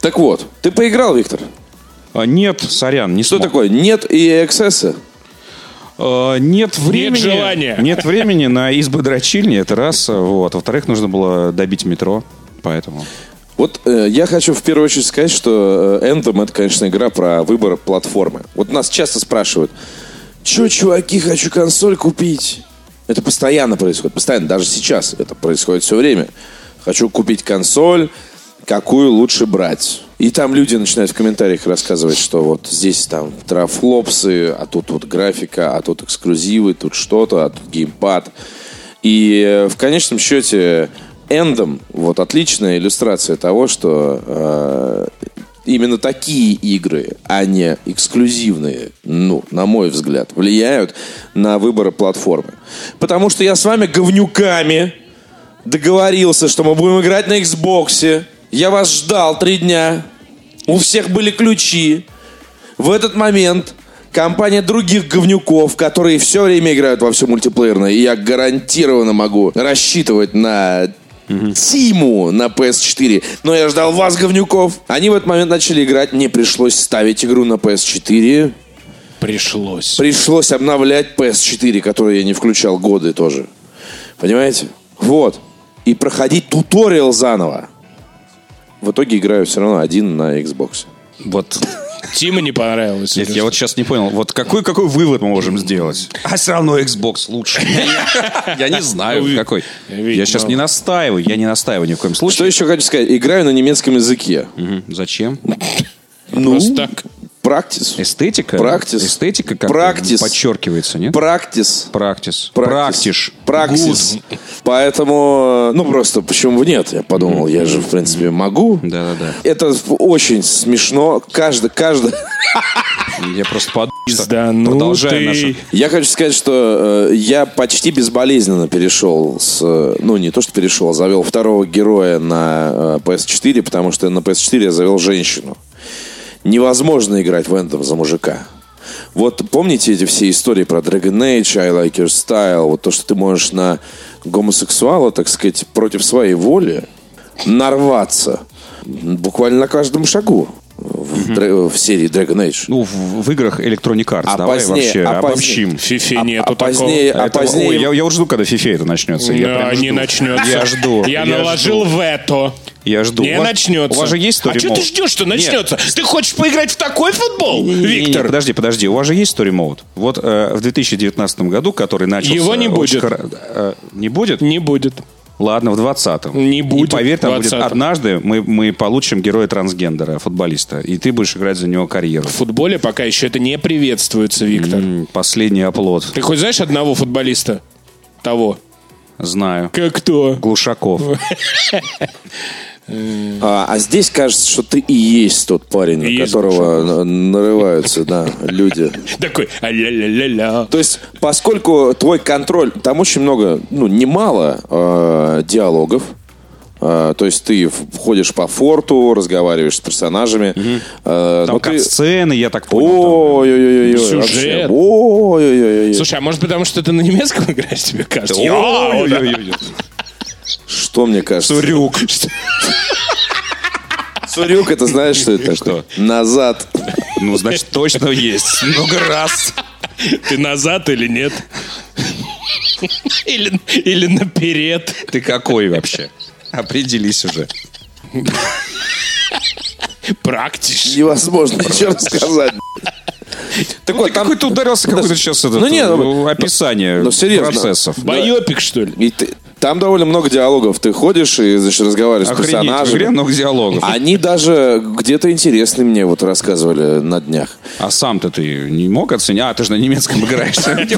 [SPEAKER 4] Так вот, ты поиграл, Виктор?
[SPEAKER 3] А, Нет, сорян, не
[SPEAKER 4] Что
[SPEAKER 3] смог.
[SPEAKER 4] такое? Нет и эксцесса?
[SPEAKER 3] Э, Нет времени.
[SPEAKER 2] желания.
[SPEAKER 3] Нет времени на избы дрочильни, это раз. Вот. Во-вторых, нужно было добить метро. Поэтому.
[SPEAKER 4] Вот э, я хочу в первую очередь сказать, что э, Anthem это, конечно, игра про выбор платформы. Вот нас часто спрашивают, чё, чуваки, хочу консоль купить. Это постоянно происходит, постоянно, даже сейчас это происходит все время. Хочу купить консоль, какую лучше брать. И там люди начинают в комментариях рассказывать, что вот здесь там трафлопсы, а тут вот графика, а тут эксклюзивы, тут что-то, а тут геймпад. И э, в конечном счете Эндом вот отличная иллюстрация того, что э, именно такие игры, а не эксклюзивные, ну, на мой взгляд, влияют на выборы платформы. Потому что я с вами говнюками договорился, что мы будем играть на Xbox. Я вас ждал три дня. У всех были ключи. В этот момент компания других говнюков, которые все время играют во все мультиплеерное, и я гарантированно могу рассчитывать на Тиму на PS4. Но я ждал вас, говнюков. Они в этот момент начали играть. Мне пришлось ставить игру на PS4.
[SPEAKER 2] Пришлось.
[SPEAKER 4] Пришлось обновлять PS4, который я не включал годы тоже. Понимаете? Вот. И проходить туториал заново. В итоге играю все равно один на Xbox.
[SPEAKER 3] Вот.
[SPEAKER 2] Тима не понравилось.
[SPEAKER 3] Нет,
[SPEAKER 2] или
[SPEAKER 3] я
[SPEAKER 2] что?
[SPEAKER 3] вот сейчас не понял. Вот какой, какой вывод мы можем сделать? А все равно Xbox лучше. Я не знаю, какой. Я сейчас не настаиваю. Я не настаиваю ни в коем
[SPEAKER 4] Что
[SPEAKER 3] случае.
[SPEAKER 4] еще хочу сказать? Играю на немецком языке.
[SPEAKER 3] Мгм. Зачем?
[SPEAKER 4] Ну,
[SPEAKER 2] Просто так.
[SPEAKER 4] практис.
[SPEAKER 3] Эстетика?
[SPEAKER 4] Практис.
[SPEAKER 3] Эстетика как-то
[SPEAKER 4] Практис.
[SPEAKER 3] подчеркивается, нет?
[SPEAKER 4] Практис.
[SPEAKER 3] Практис.
[SPEAKER 4] Практис.
[SPEAKER 3] Практиш.
[SPEAKER 4] Практис. Поэтому, ну просто, почему бы нет? Я подумал, я же, в принципе, могу.
[SPEAKER 3] Да-да-да.
[SPEAKER 4] Это очень смешно. Каждый, каждый...
[SPEAKER 3] Я просто под Что?
[SPEAKER 2] Да ну
[SPEAKER 3] Продолжаем
[SPEAKER 2] ты.
[SPEAKER 3] нашу-
[SPEAKER 4] Я хочу сказать, что э, я почти безболезненно перешел с... э, ну, не то, что перешел, а завел второго героя на э, PS4, потому что на PS4 я завел женщину. Невозможно играть в Anthem за мужика. Вот помните эти все истории про Dragon Age, I Like Your Style, вот то, что ты можешь на гомосексуала, так сказать, против своей воли нарваться буквально на каждом шагу в, дра- в серии Dragon Age.
[SPEAKER 3] Ну, в, в играх Electronic Arts. Давай вообще обобщим.
[SPEAKER 2] Фифе
[SPEAKER 4] а,
[SPEAKER 2] нету
[SPEAKER 4] а позднее,
[SPEAKER 3] э, А
[SPEAKER 4] а
[SPEAKER 3] этого-
[SPEAKER 4] позднее
[SPEAKER 3] ой, я, я уже жду, когда FIFA это начнется. Я
[SPEAKER 2] Да,
[SPEAKER 3] прям
[SPEAKER 2] не
[SPEAKER 3] жду.
[SPEAKER 2] начнется.
[SPEAKER 3] Я жду.
[SPEAKER 2] Я,
[SPEAKER 3] жду.
[SPEAKER 2] наложил вето.
[SPEAKER 3] Я жду.
[SPEAKER 2] Не
[SPEAKER 3] У вас-
[SPEAKER 2] начнется.
[SPEAKER 3] у вас же есть
[SPEAKER 2] А что
[SPEAKER 3] story
[SPEAKER 2] ты
[SPEAKER 3] mode?
[SPEAKER 2] ждешь, что
[SPEAKER 3] Нет.
[SPEAKER 2] начнется? Ты хочешь поиграть в такой футбол,
[SPEAKER 3] Не-не-не,
[SPEAKER 2] Виктор?
[SPEAKER 3] подожди, подожди. У вас же есть Story Mode? Вот э, в 2019 году, который начался...
[SPEAKER 2] Его не
[SPEAKER 3] очень
[SPEAKER 2] будет.
[SPEAKER 3] хоро- э, не будет?
[SPEAKER 2] Не будет.
[SPEAKER 3] Ладно, в 20-м.
[SPEAKER 2] Не будет
[SPEAKER 3] И поверь, там
[SPEAKER 2] в
[SPEAKER 3] будет
[SPEAKER 2] 20-м.
[SPEAKER 3] однажды мы, мы получим героя трансгендера, футболиста. И ты будешь играть за него карьеру.
[SPEAKER 2] В футболе пока еще это не приветствуется, Виктор.
[SPEAKER 3] М, Последний оплот.
[SPEAKER 2] Ты хоть знаешь одного футболиста? Того.
[SPEAKER 3] Знаю.
[SPEAKER 2] Как кто?
[SPEAKER 3] Глушаков.
[SPEAKER 4] А, а здесь кажется, что ты и есть тот парень,
[SPEAKER 2] И
[SPEAKER 4] на
[SPEAKER 2] есть
[SPEAKER 4] которого на- нарываются да, люди.
[SPEAKER 2] Такой, а-ля-ля-ля-ля.
[SPEAKER 4] То есть, поскольку твой контроль, там очень много, ну, немало э, диалогов. Э, то есть ты входишь по форту, разговариваешь с персонажами. Э,
[SPEAKER 3] Там
[SPEAKER 4] ну, ты-
[SPEAKER 3] кат-сцены, я так понял.
[SPEAKER 4] Ой-ой-ой-ой.
[SPEAKER 2] Сюжет.
[SPEAKER 4] вообще, Ой-ой-ой-ой.
[SPEAKER 2] Слушай, а может потому, что ты на немецком играешь, тебе кажется?
[SPEAKER 3] там.
[SPEAKER 2] Йоу, да.
[SPEAKER 3] Ой-ой-ой-ой.
[SPEAKER 4] Что мне кажется?
[SPEAKER 3] Сурюк.
[SPEAKER 4] Цурюк, это знаешь, что это такое?
[SPEAKER 3] Что?
[SPEAKER 4] Назад.
[SPEAKER 3] Ну, значит, точно есть. Много раз.
[SPEAKER 2] Ты назад или нет? Или, или наперед.
[SPEAKER 3] Ты какой вообще? Определись уже.
[SPEAKER 2] Практически.
[SPEAKER 4] Невозможно ничего рассказать. Так вот, там-
[SPEAKER 3] Ну, Какой-то ударился какой-то сейчас этот,
[SPEAKER 4] Ну, не,
[SPEAKER 3] э, описание
[SPEAKER 4] ну, серьезно.
[SPEAKER 3] процессов.
[SPEAKER 2] Байопик, что ли?
[SPEAKER 4] И ты- там довольно много диалогов. Ты ходишь и значит, разговариваешь с
[SPEAKER 3] Охренеть, в игре
[SPEAKER 4] персонажами.
[SPEAKER 3] много диалогов.
[SPEAKER 4] Они даже где-то интересны мне вот рассказывали на днях.
[SPEAKER 3] А сам-то ты не мог оценить? А, ты же на немецком играешь. Мне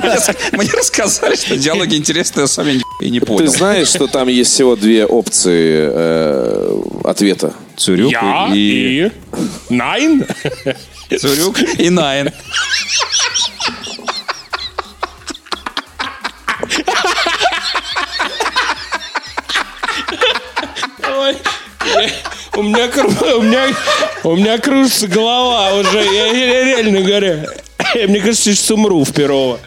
[SPEAKER 3] мне рассказали, что диалоги интересные, а сам я ни- и не
[SPEAKER 4] Ты
[SPEAKER 3] понял.
[SPEAKER 4] знаешь, что там есть всего две опции э, ответа.
[SPEAKER 3] Цурюк
[SPEAKER 2] Я
[SPEAKER 3] и...
[SPEAKER 2] и... Найн?
[SPEAKER 3] Цурюк и Найн.
[SPEAKER 2] Ой, У меня, кру- у, меня, у меня кружится голова уже. Я, я реально говорю. Я, мне кажется, я сейчас умру в Перово.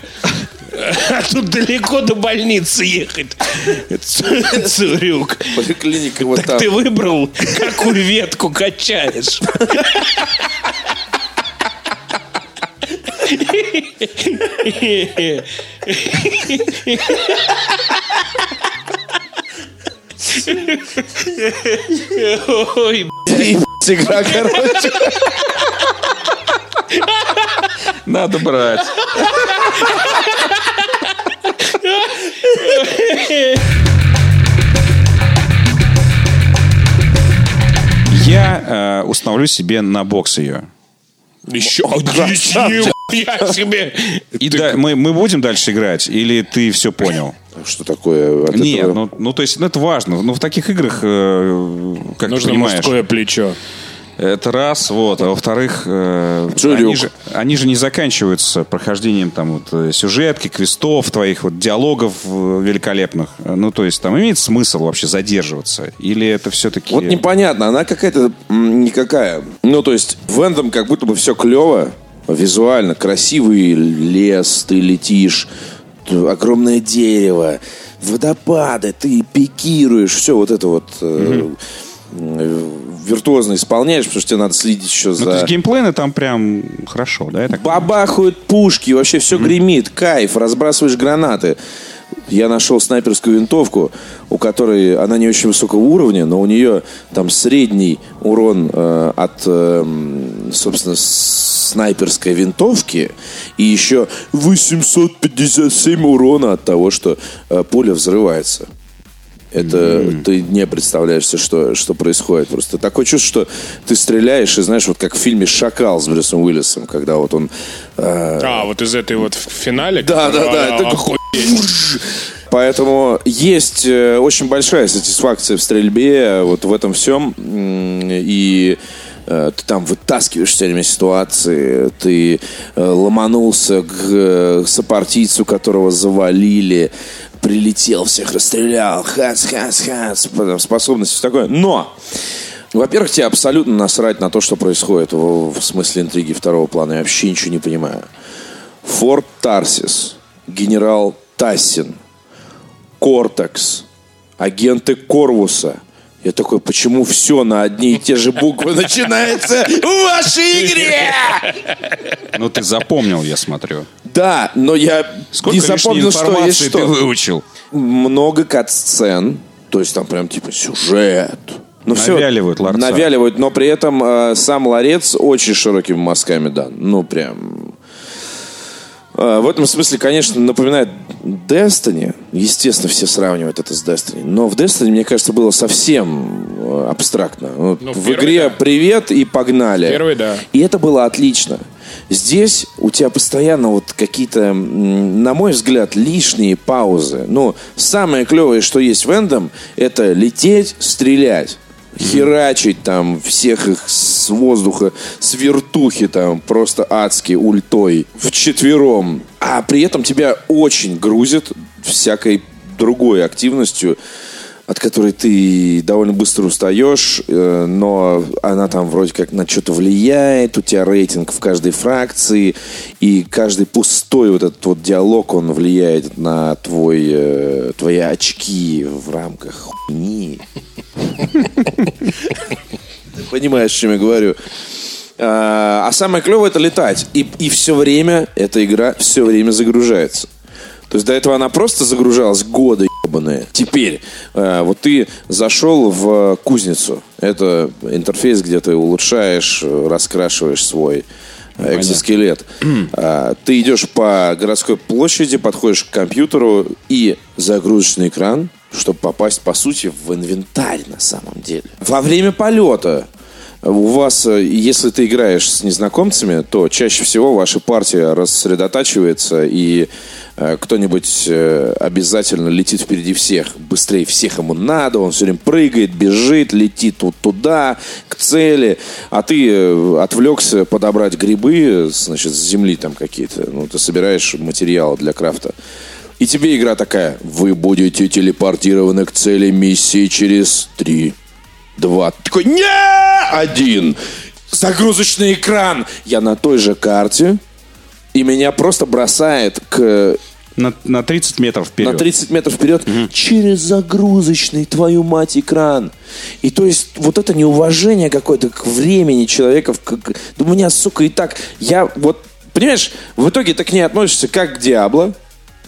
[SPEAKER 2] А Тут далеко до больницы ехать. Цу- Цурюк.
[SPEAKER 4] Поликлиника вот там.
[SPEAKER 2] Ты выбрал, какую ветку качаешь. Ой,
[SPEAKER 4] Ебать, игра, короче.
[SPEAKER 3] Надо брать. Я э, установлю себе на бокс ее.
[SPEAKER 2] еще нихуя себе.
[SPEAKER 3] И да- мы, мы будем дальше играть, или ты все понял?
[SPEAKER 4] Что такое? От
[SPEAKER 3] Нет,
[SPEAKER 4] этого-
[SPEAKER 3] ну, ну, то есть ну, это важно. Ну в таких играх, э, как ты
[SPEAKER 2] Нужно
[SPEAKER 3] понимаешь,
[SPEAKER 2] мужское плечо.
[SPEAKER 3] это раз, вот, а во-вторых, э,
[SPEAKER 4] Цурюк.
[SPEAKER 3] они же, они же не заканчиваются прохождением там вот э, сюжетки, квестов, твоих вот диалогов э, великолепных. Э, Ну то есть там имеет смысл вообще задерживаться, или это Ну, все-таки?
[SPEAKER 4] Вот непонятно, она какая-то м, никакая. Ну, то есть, в Эндом как будто бы все клево, визуально, красивый лес, ты летишь, т- огромное дерево, водопады, ты пикируешь, все вот это вот э, э, виртуозно исполняешь, потому что тебе надо следить еще
[SPEAKER 3] Ну, то
[SPEAKER 4] за...
[SPEAKER 3] есть геймплейно там прям хорошо, да? Я так
[SPEAKER 4] Бабахают пушки, вообще все гремит, кайф, разбрасываешь гранаты. Я нашел снайперскую винтовку, у которой она не очень высокого уровня, но у нее там средний урон э, от, э, м, собственно, с- снайперской винтовки и еще 857 урона от того, что э, пуля взрывается. Это ты не представляешь себе, что, что происходит. Просто такое чувство, что ты стреляешь, и знаешь, вот как в фильме «Шакал» с Брюсом Уиллисом, когда вот он... э,
[SPEAKER 2] А, вот из этой вот в финале.
[SPEAKER 4] Да, да, да,
[SPEAKER 2] которая-
[SPEAKER 4] это такой- Поэтому есть э, очень большая сатисфакция в стрельбе, вот в этом всем. М, И э, ты там вытаскиваешь все время ситуации, ты э, ломанулся к э, сопартийцу, которого завалили, прилетел, всех расстрелял, хац, хац, хац, потом способности, все такое. Но, во-первых, тебе абсолютно насрать на то, что происходит в, в смысле интриги второго плана. Я вообще ничего не понимаю. Форт Тарсис, генерал Тассин, Кортекс, агенты Корвуса. Я такой, почему все на одни и те же буквы начинается в вашей игре?
[SPEAKER 3] Ну, ты запомнил, я смотрю.
[SPEAKER 4] Да, но я
[SPEAKER 3] Сколько
[SPEAKER 4] не
[SPEAKER 3] лишней
[SPEAKER 4] запомнил, что
[SPEAKER 3] информации
[SPEAKER 4] есть что.
[SPEAKER 3] ты выучил?
[SPEAKER 4] Много кат-сцен, то есть там прям типа сюжет. Ну, всё.
[SPEAKER 3] Навяливают ларца.
[SPEAKER 4] Навяливают, но при этом э, сам ларец очень широкими мазками дан. Ну, прям... Э, в этом смысле, конечно, напоминает Destiny. Естественно, все сравнивают это с Destiny. Но в Destiny, мне кажется, было совсем э, абстрактно. Вот
[SPEAKER 2] Ну,
[SPEAKER 4] в
[SPEAKER 2] первый,
[SPEAKER 4] игре
[SPEAKER 2] да.
[SPEAKER 4] «Привет» и «Погнали».
[SPEAKER 2] Первый, да.
[SPEAKER 4] И это было отлично. Здесь у тебя постоянно вот какие-то, м, на мой взгляд, лишние паузы. Ну, самое клевое, что есть в Эндом, это лететь, стрелять. Херачить там всех их с воздуха, с вертухи там просто адски ультой вчетвером. А при этом тебя очень грузит всякой другой активностью от которой ты довольно быстро устаешь, э, но она там вроде как на что-то влияет, у тебя рейтинг в каждой фракции, и каждый пустой вот этот вот диалог, он влияет на твой, э, твои очки в рамках хуйни. Ты понимаешь, о чем я говорю. А а самое клевое это летать. И, и все время эта игра все время загружается. То есть до этого она просто загружалась годы ебаные. Теперь э, вот ты зашел в э, кузницу. Это интерфейс, где ты улучшаешь, э, раскрашиваешь свой э, экзоскелет. А, ты идешь по городской площади, подходишь к компьютеру и загрузочный экран, чтобы попасть, по сути, в инвентарь на самом деле. Во время полета у вас, э, если ты играешь с незнакомцами, то чаще всего ваша партия рассредотачивается, и э, кто-нибудь э, обязательно летит впереди всех. Быстрее всех ему надо, он все время прыгает, бежит, летит вот туда, к цели. А ты э, отвлекся подобрать грибы, э, значит, с земли там какие-то. Ну, ты собираешь материал для крафта. И тебе игра такая. Вы будете телепортированы к цели миссии через три, два. Ты такой, не один. Загрузочный экран. Я на той же карте. И меня просто бросает к
[SPEAKER 3] На, на 30 метров вперед.
[SPEAKER 4] на 30 метров вперед через загрузочный, твою мать, экран. И то есть вот это неуважение какое-то к времени человека. в- к- к- Да у меня, сука, и так... Я вот... Понимаешь, в итоге ты к ней относишься как к Диабло.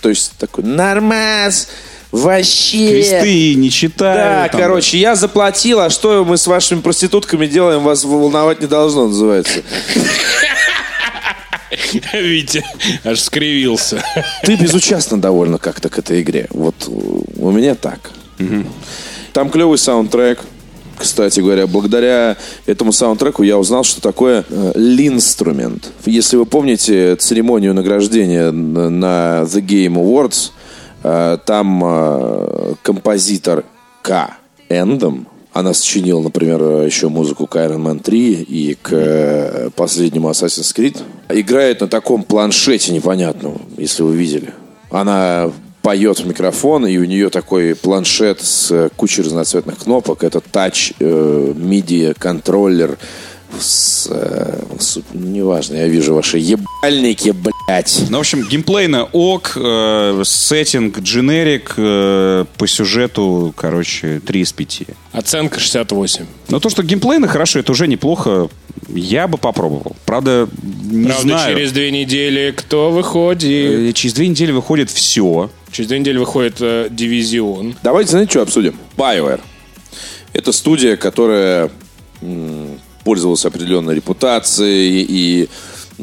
[SPEAKER 4] То есть такой нормас, вообще...
[SPEAKER 3] Квесты не
[SPEAKER 4] Да,
[SPEAKER 3] читаю.
[SPEAKER 4] короче, я заплатил, а что мы с вашими проститутками делаем, вас волновать не должно, называется.
[SPEAKER 2] Витя аж скривился.
[SPEAKER 4] Ты безучастно довольно как-то к этой игре. Вот э, у меня так. Там клевый саундтрек. Кстати говоря, благодаря этому саундтреку я узнал, что такое э, линструмент. Если вы помните церемонию награждения н- на The Game Awards, э, там э, композитор К. Эндом, она сочинила, например, э, еще музыку к Iron Man 3 и к э, последнему Assassin's Creed. Играет на таком планшете непонятном, если вы видели. Она поет в микрофон, и у нее такой планшет с э, кучей разноцветных кнопок. Это тач, э, MIDI-контроллер с... э, с- ну, неважно, я вижу ваши ебальники, блядь.
[SPEAKER 3] Ну, в общем, геймплейно ок, э, сеттинг, дженерик, э, по сюжету, короче, 3 из 5.
[SPEAKER 2] Оценка 68.
[SPEAKER 3] Но то, что геймплейно хорошо, это уже неплохо. Я бы попробовал. Правда, не
[SPEAKER 2] Правда,
[SPEAKER 3] знаю.
[SPEAKER 2] через две недели кто выходит?
[SPEAKER 3] Э, Через две недели выходит все.
[SPEAKER 2] Через две недели выходит э, дивизион.
[SPEAKER 4] Давайте, знаете, что обсудим? BioWare. Это студия, которая м, пользовалась определенной репутацией и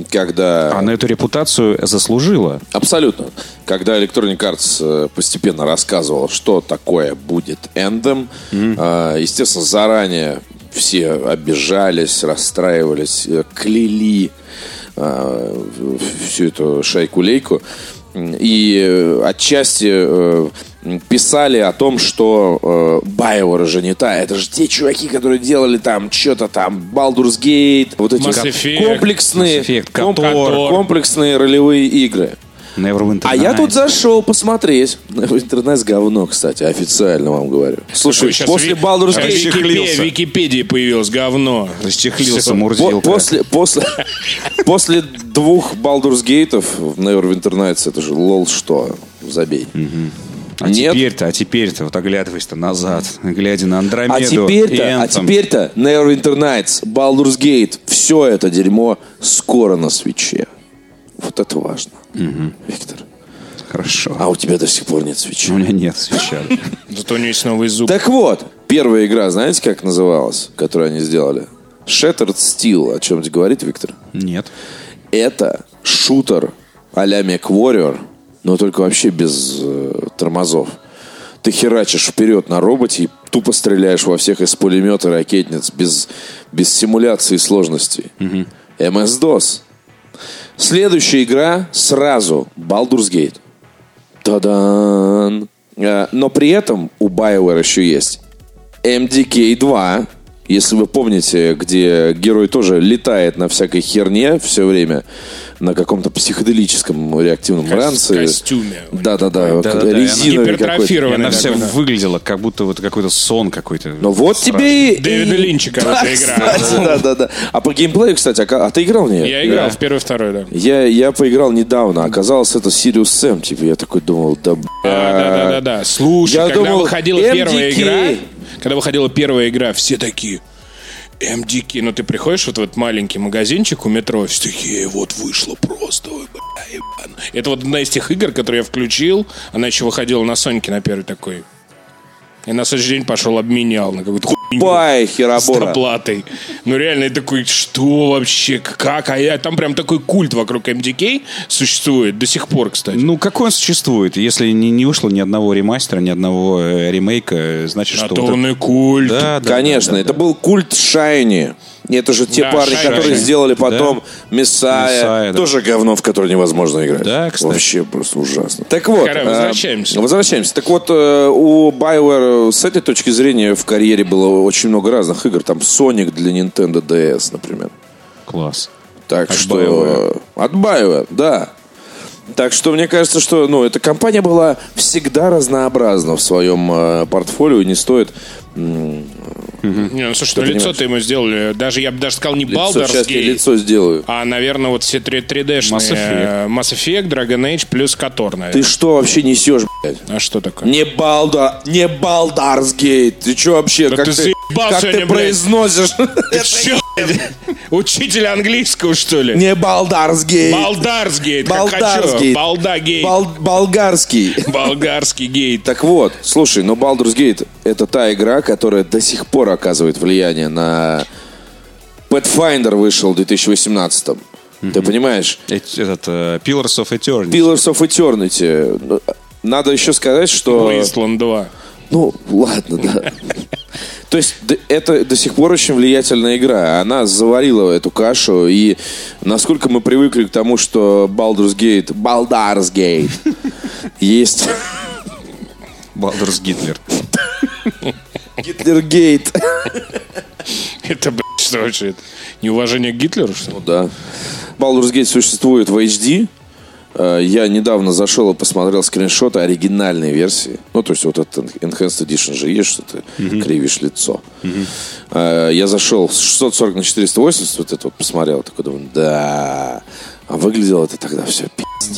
[SPEAKER 4] когда...
[SPEAKER 3] А на эту репутацию заслужила.
[SPEAKER 4] Абсолютно. Когда Electronic Arts э, постепенно рассказывала, что такое будет эндом, э, естественно, заранее все обижались, расстраивались, э, кляли э, в- в- всю эту шайку-лейку. и э, отчасти э, писали о том, что э, Байвора же не та. Это же те чуваки, которые делали там что-то там, Baldur's Gate, вот эти
[SPEAKER 2] Mass
[SPEAKER 4] ком-
[SPEAKER 2] Effect,
[SPEAKER 4] комплексные,
[SPEAKER 3] Mass Effect,
[SPEAKER 4] комп-
[SPEAKER 2] Котор.
[SPEAKER 4] комплексные ролевые игры.
[SPEAKER 3] Neverwinter
[SPEAKER 4] А я
[SPEAKER 3] Nights.
[SPEAKER 4] тут зашел посмотреть. Интернет говно, кстати, официально вам говорю. Слушай,
[SPEAKER 2] Сейчас
[SPEAKER 4] после
[SPEAKER 2] Ви-
[SPEAKER 4] Baldur's
[SPEAKER 2] в
[SPEAKER 4] Gate...
[SPEAKER 2] Википедии, в Википедии появилось говно.
[SPEAKER 3] Расчехлился
[SPEAKER 2] Всё.
[SPEAKER 4] По-
[SPEAKER 3] Мурзилка.
[SPEAKER 4] после, после, после двух Baldur's Gate'ов в Neverwinter Nights это же лол что, забей.
[SPEAKER 3] А
[SPEAKER 4] Нет.
[SPEAKER 3] теперь-то, а теперь-то, вот оглядываясь-то назад, глядя на Андромеду
[SPEAKER 4] А
[SPEAKER 3] и
[SPEAKER 4] теперь-то, а
[SPEAKER 3] Anthem.
[SPEAKER 4] теперь-то Neverwinter Nights, Baldur's Gate, все это дерьмо скоро на свече. Вот это важно, Виктор.
[SPEAKER 3] Хорошо.
[SPEAKER 4] А у тебя до сих пор нет свечи.
[SPEAKER 3] У меня нет свеча.
[SPEAKER 2] Зато у нее есть новый зуб.
[SPEAKER 4] Так вот, первая игра, знаете, как называлась, которую они сделали? Shattered Steel. О чем тебе говорит Виктор?
[SPEAKER 3] Нет.
[SPEAKER 4] Это шутер а-ля Мег Warrior, но только вообще без э, тормозов. Ты херачишь вперед на роботе и тупо стреляешь во всех из пулемета, ракетниц, без, без симуляции сложностей. MS-DOS. Следующая игра сразу Baldur's Gate. Та-дан! Э, Но при этом у BioWare еще есть MDK 2. Если вы помните, где герой тоже летает на всякой херне все время, на каком-то психоделическом реактивном
[SPEAKER 2] Кос-
[SPEAKER 4] ранце.
[SPEAKER 2] костюме.
[SPEAKER 4] Да-да-да,
[SPEAKER 3] Да-да-да, и она
[SPEAKER 4] резиновый какой-то.
[SPEAKER 2] гипертрофированная.
[SPEAKER 3] Она вся
[SPEAKER 2] такая.
[SPEAKER 3] выглядела, как будто вот какой-то сон какой-то.
[SPEAKER 2] Ну,
[SPEAKER 4] Но вот тебе и...
[SPEAKER 2] Дэвида
[SPEAKER 4] и-
[SPEAKER 2] Линча, короче,
[SPEAKER 4] Да,
[SPEAKER 2] игра.
[SPEAKER 4] кстати, Да-да-да. А по геймплею, кстати, а ка- а ты играл в нее?
[SPEAKER 2] Я играл в первый, второй, да.
[SPEAKER 4] Я, я поиграл недавно, оказалось, это Сириус Сэм, типа, я такой думал, да, б***ь.
[SPEAKER 2] Да, да, да, да. Слушай,
[SPEAKER 4] Я
[SPEAKER 2] когда
[SPEAKER 4] думал,
[SPEAKER 2] выходила первая
[SPEAKER 4] MDK.
[SPEAKER 2] игра, когда выходила первая игра, все такие. MDK, ну ты приходишь вот в этот маленький магазинчик у метро, все такие, вот вышло просто, ой, бля, ебан. Это вот одна из тех игр, которые я включил, она еще выходила на Соньке на первый такой. И на следующий день пошел обменял на какую-то хуйню.
[SPEAKER 4] Бай,
[SPEAKER 2] С
[SPEAKER 4] херобора.
[SPEAKER 2] доплатой. Ну реально, я такой, что вообще, как? А я, там прям такой культ вокруг MDK существует до сих пор, кстати.
[SPEAKER 3] Ну, какой он существует? Если не, не вышло ни одного ремастера, ни одного э, ремейка, э, значит,
[SPEAKER 2] А
[SPEAKER 3] что...
[SPEAKER 2] то
[SPEAKER 3] вот
[SPEAKER 2] он
[SPEAKER 3] это-
[SPEAKER 2] и культ.
[SPEAKER 3] Да, да,
[SPEAKER 4] Конечно,
[SPEAKER 3] да, да,
[SPEAKER 4] это
[SPEAKER 3] да.
[SPEAKER 4] был культ Шайни. И Это же те
[SPEAKER 2] Да,
[SPEAKER 4] парни,
[SPEAKER 2] Shiny.
[SPEAKER 4] которые
[SPEAKER 2] Shiny.
[SPEAKER 4] сделали потом Мессая.
[SPEAKER 3] Messiah, да.
[SPEAKER 4] Тоже говно, в которое невозможно играть.
[SPEAKER 3] Да, кстати.
[SPEAKER 4] Вообще просто ужасно. Так вот.
[SPEAKER 2] Коля,
[SPEAKER 4] э,
[SPEAKER 2] возвращаемся.
[SPEAKER 4] возвращаемся. Так вот, э, у BioWare э, с этой точки зрения в карьере было очень много разных игр. Там Sonic для Nintendo DS, например.
[SPEAKER 3] Класс.
[SPEAKER 4] Так
[SPEAKER 3] От
[SPEAKER 4] что...
[SPEAKER 3] BioWare.
[SPEAKER 4] От BioWare, да. Так что мне кажется, что ну, эта компания была всегда разнообразна в своем э, портфолио, и не стоит
[SPEAKER 2] Не, ну слушай, ну
[SPEAKER 4] понимаешь?
[SPEAKER 2] лицо-то ему сделали. Даже я бы даже сказал не
[SPEAKER 4] лицо, сейчас я
[SPEAKER 2] Baldur's Gate,
[SPEAKER 4] лицо сделаю.
[SPEAKER 2] а, наверное, вот все 3D-шные.
[SPEAKER 3] Mass Effect.
[SPEAKER 2] э, Mass Effect, Dragon Age плюс Котор, наверное.
[SPEAKER 4] Ты что вообще несешь, блядь?
[SPEAKER 2] А что такое?
[SPEAKER 4] Не Балда, не Балдарс Гейт. Ты что вообще,
[SPEAKER 2] Да
[SPEAKER 4] как
[SPEAKER 2] ты
[SPEAKER 4] ты,
[SPEAKER 2] заебал
[SPEAKER 4] как
[SPEAKER 2] сегодня,
[SPEAKER 4] ты
[SPEAKER 2] блядь.
[SPEAKER 4] произносишь?
[SPEAKER 2] Чё, Учитель английского, что ли?
[SPEAKER 4] Не Балдарс Гейт.
[SPEAKER 2] Балдарс гейт, как
[SPEAKER 4] Балдарс
[SPEAKER 2] хочу.
[SPEAKER 4] Гейт.
[SPEAKER 2] Балда гейт.
[SPEAKER 4] Бал- Болгарский.
[SPEAKER 2] Болгарский гейт.
[SPEAKER 4] Так вот, слушай, но Baldur's Gate это та игра, которая до сих пор оказывает влияние на... Pathfinder вышел в 2018 Ты понимаешь?
[SPEAKER 3] Эт- Этот э, Pillars of Eternity.
[SPEAKER 4] Pillars of Eternity. Ну, Надо еще сказать, что...
[SPEAKER 2] Wasteland 2.
[SPEAKER 4] Ну, ладно, да. То есть д- это до сих пор очень влиятельная игра. Она заварила эту кашу. И насколько мы привыкли к тому, что Baldur's Gate... Baldur's Gate есть...
[SPEAKER 3] Baldur's Гитлер.
[SPEAKER 4] Гитлергейт.
[SPEAKER 2] Это, блядь, что вообще? это? Неуважение к Гитлеру, что ли?
[SPEAKER 4] Да. Baldur's Gate существует в HD. Э, Я недавно зашел и посмотрел скриншоты оригинальной версии. Ну, то есть вот этот Enhanced Edition же есть, что ты кривишь лицо. Э, Я зашел с 640 на 480, вот это вот посмотрел, такой думаю, да. А выглядело это тогда все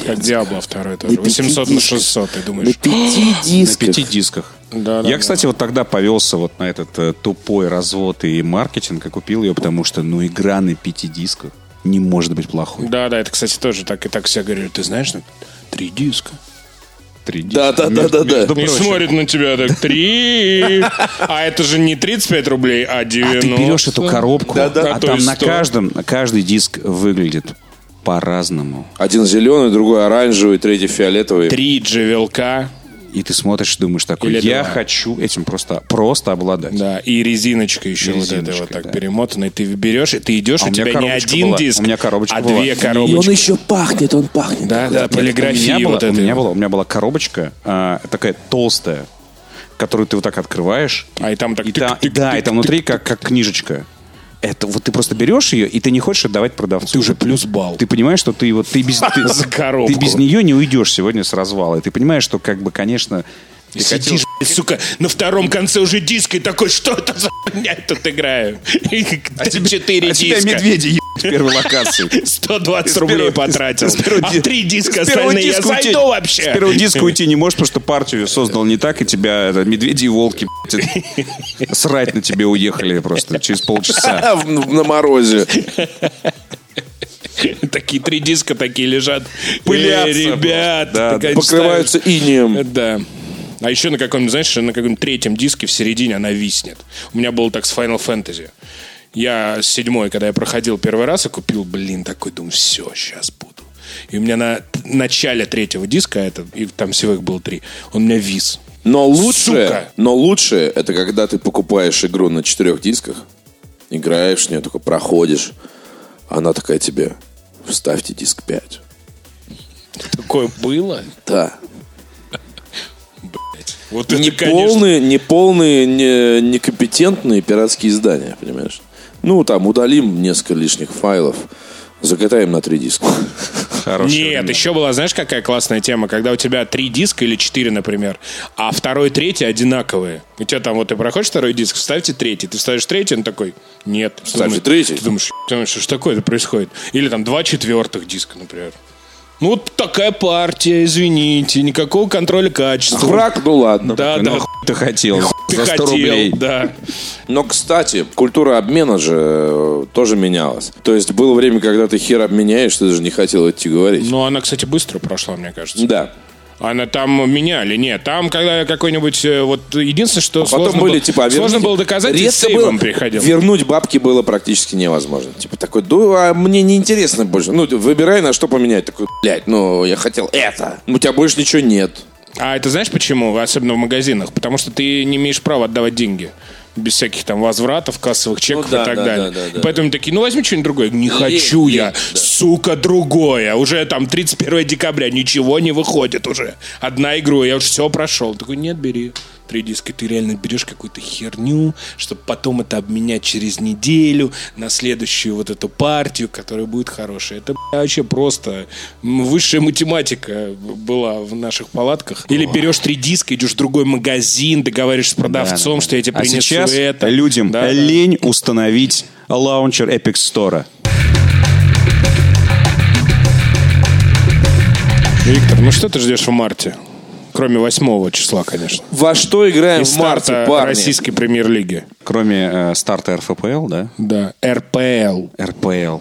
[SPEAKER 2] Как Диабло 2 тоже.
[SPEAKER 4] На пяти
[SPEAKER 2] 800 на
[SPEAKER 4] дисках.
[SPEAKER 2] 600, ты
[SPEAKER 4] На
[SPEAKER 2] думаешь?
[SPEAKER 4] пяти
[SPEAKER 3] На
[SPEAKER 4] дисках.
[SPEAKER 3] пяти дисках.
[SPEAKER 2] Да, да,
[SPEAKER 3] Я,
[SPEAKER 2] да.
[SPEAKER 3] кстати, вот тогда повелся вот на этот э, тупой развод и маркетинг и купил ее, потому что, ну, игра на пяти дисках не может быть плохой.
[SPEAKER 2] Да, да, это, кстати, тоже так и так все говорят. Ты знаешь, ну, три диска.
[SPEAKER 3] Три диска.
[SPEAKER 4] Да-да-да-да-да.
[SPEAKER 2] Не
[SPEAKER 3] Проще.
[SPEAKER 2] Ну, смотрит на тебя так три. А это же не 35 рублей, а 90.
[SPEAKER 3] А ты берешь эту коробку,
[SPEAKER 2] Да-да.
[SPEAKER 3] а
[SPEAKER 2] То
[SPEAKER 3] там
[SPEAKER 2] есть
[SPEAKER 3] на
[SPEAKER 2] сто.
[SPEAKER 3] каждом, на каждый диск выглядит по-разному.
[SPEAKER 4] Один зеленый, другой оранжевый, третий фиолетовый.
[SPEAKER 2] Три джевелка.
[SPEAKER 3] И ты смотришь, думаешь такой,
[SPEAKER 2] Или
[SPEAKER 3] я
[SPEAKER 2] два.
[SPEAKER 3] хочу этим просто, просто обладать.
[SPEAKER 2] Да, и резиночка еще вот эта
[SPEAKER 3] Резиночка,
[SPEAKER 2] вот так
[SPEAKER 3] да.
[SPEAKER 2] перемотанная. Ты берешь, и ты идешь,
[SPEAKER 3] А
[SPEAKER 2] у,
[SPEAKER 3] у меня
[SPEAKER 2] тебя не
[SPEAKER 3] коробочка
[SPEAKER 2] один
[SPEAKER 3] была.
[SPEAKER 2] диск,
[SPEAKER 3] У меня коробочка
[SPEAKER 2] а
[SPEAKER 3] была.
[SPEAKER 2] две
[SPEAKER 3] И
[SPEAKER 4] И
[SPEAKER 3] он
[SPEAKER 4] он
[SPEAKER 2] коробочки.
[SPEAKER 4] еще пахнет, он пахнет.
[SPEAKER 2] Да, да,
[SPEAKER 3] у
[SPEAKER 2] полиграфия
[SPEAKER 3] меня,
[SPEAKER 2] вот
[SPEAKER 3] была, у,
[SPEAKER 2] эта.
[SPEAKER 3] меня была, у меня была коробочка, а, такая толстая, которую ты вот так открываешь.
[SPEAKER 2] А, и там так
[SPEAKER 3] И та-
[SPEAKER 2] тык-тык-тык,
[SPEAKER 3] да, и там внутри как, как книжечка. Это вот ты просто берешь ее, и ты не хочешь отдавать продавцу.
[SPEAKER 2] Ты уже плюс балл.
[SPEAKER 3] Ты понимаешь, что ты вот ты без ты-
[SPEAKER 2] За коробку.
[SPEAKER 3] ты без нее не уйдешь сегодня с развала. И ты понимаешь, что как бы, конечно, ты хотел-
[SPEAKER 2] Сидишь, блядь, сука, на втором конце уже диск и такой, что это за хуйня я тут играю? А четыре
[SPEAKER 3] а тебя
[SPEAKER 2] диска.
[SPEAKER 3] медведи ебут в первой локации.
[SPEAKER 2] 120
[SPEAKER 3] С
[SPEAKER 2] рублей
[SPEAKER 3] первого-
[SPEAKER 2] потратил.
[SPEAKER 3] с первого
[SPEAKER 2] А
[SPEAKER 3] ди-
[SPEAKER 2] три диска
[SPEAKER 3] с первого
[SPEAKER 2] остальные я
[SPEAKER 3] диска уйти-
[SPEAKER 2] зайду вообще.
[SPEAKER 3] С первого диска уйти не можешь, потому что партию создал не так, и тебя это, медведи и волки блядь, срать на тебе уехали просто через полчаса.
[SPEAKER 4] В- На морозе.
[SPEAKER 2] Такие три диска такие лежат.
[SPEAKER 3] Пылятся
[SPEAKER 2] Эй, ребят.
[SPEAKER 3] просто. Да,
[SPEAKER 2] такая
[SPEAKER 3] да.
[SPEAKER 4] Покрываются инеем.
[SPEAKER 2] ставишь. Да. А еще на каком-нибудь, знаешь, на каком-нибудь третьем диске в середине она виснет. У меня было так с Final Fantasy. Я с седьмой, когда я проходил первый раз и купил, блин, такой, думаю, все, сейчас буду. И у меня на т- начале третьего диска, а это, и там всего их было три, он у меня вис.
[SPEAKER 4] Но лучше,
[SPEAKER 2] Сука.
[SPEAKER 4] но лучше это когда ты покупаешь игру на четырех дисках, играешь в нее, только проходишь, а она такая тебе, вставьте диск 5.
[SPEAKER 2] Такое было?
[SPEAKER 4] Да.
[SPEAKER 2] Блядь. Вот это,
[SPEAKER 4] Не
[SPEAKER 2] конечно,
[SPEAKER 4] полные, не полные, не- некомпетентные пиратские издания, понимаешь? Ну, там, удалим несколько лишних файлов, закатаем на три диска.
[SPEAKER 3] Хорошие
[SPEAKER 2] Нет,
[SPEAKER 3] времена.
[SPEAKER 2] еще была, знаешь, какая классная тема, когда у тебя три диска или четыре, например, а второй и третий одинаковые. У тебя там вот ты проходишь второй диск, вставьте третий, ты вставишь третий, он такой, нет.
[SPEAKER 4] Вставьте
[SPEAKER 2] Ты думаешь-
[SPEAKER 4] третий.
[SPEAKER 2] Ты думаешь, «Ё- ты думаешь, что ж такое-то происходит? Или там два четвертых диска, например. Ну, вот такая партия, извините, никакого контроля качества.
[SPEAKER 4] Враг, ну ладно.
[SPEAKER 2] Да, да,
[SPEAKER 3] Ну,
[SPEAKER 2] хуй
[SPEAKER 3] ты хотел
[SPEAKER 2] ты
[SPEAKER 3] за 100
[SPEAKER 2] хотел,
[SPEAKER 3] рублей.
[SPEAKER 2] да.
[SPEAKER 4] Но, кстати, культура обмена же э, тоже менялась. То есть было время, когда ты хер обменяешь, ты даже не хотел идти говорить.
[SPEAKER 2] Но она, кстати, быстро прошла, мне кажется.
[SPEAKER 4] Да.
[SPEAKER 2] Она А там меняли, нет. Там, когда какой-нибудь, э, вот единственное, что
[SPEAKER 4] Потом
[SPEAKER 2] сложно,
[SPEAKER 4] были
[SPEAKER 2] было,
[SPEAKER 4] типа а
[SPEAKER 2] сложно
[SPEAKER 4] верните.
[SPEAKER 2] было доказать, и с
[SPEAKER 4] Редко
[SPEAKER 2] сейвом
[SPEAKER 4] было.
[SPEAKER 2] приходил.
[SPEAKER 4] Вернуть бабки было практически невозможно. Типа такой, да, а мне неинтересно больше. Ну, ты выбирай, на что поменять. Такой, блядь, ну, я хотел это. Ну, У тебя больше ничего нет.
[SPEAKER 2] А это знаешь почему? Особенно в магазинах. Потому что ты не имеешь права отдавать деньги. Без всяких там возвратов, кассовых чеков
[SPEAKER 4] Ну да,
[SPEAKER 2] и так
[SPEAKER 4] да,
[SPEAKER 2] далее.
[SPEAKER 4] да, да,
[SPEAKER 2] И
[SPEAKER 4] да.
[SPEAKER 2] поэтому такие, ну возьми что-нибудь другое. Не хочу я, сука, другое. Уже там 31 декабря, ничего не выходит уже. Одна игру, я уже все прошел. Такой, нет, бери. Три диска, ты реально берешь какую-то херню, чтобы потом это обменять через неделю на следующую вот эту партию, которая будет хорошая. Это бля, вообще просто м, высшая математика была в наших палатках. Или берешь три диска, идешь в другой магазин, договариваешься с продавцом, что я тебе
[SPEAKER 3] А
[SPEAKER 2] принесу
[SPEAKER 3] сейчас
[SPEAKER 2] это.
[SPEAKER 3] людям
[SPEAKER 2] Да, да.
[SPEAKER 3] лень установить лаунчер Epic Store.
[SPEAKER 2] Виктор, ну что ты ждешь в марте? Кроме 8 числа, конечно.
[SPEAKER 4] Во что играем
[SPEAKER 2] Из
[SPEAKER 4] в марте,
[SPEAKER 2] старта
[SPEAKER 4] парни?
[SPEAKER 2] российской премьер-лиги.
[SPEAKER 3] Кроме э, старта РФПЛ, да?
[SPEAKER 2] Да, РПЛ.
[SPEAKER 3] РПЛ.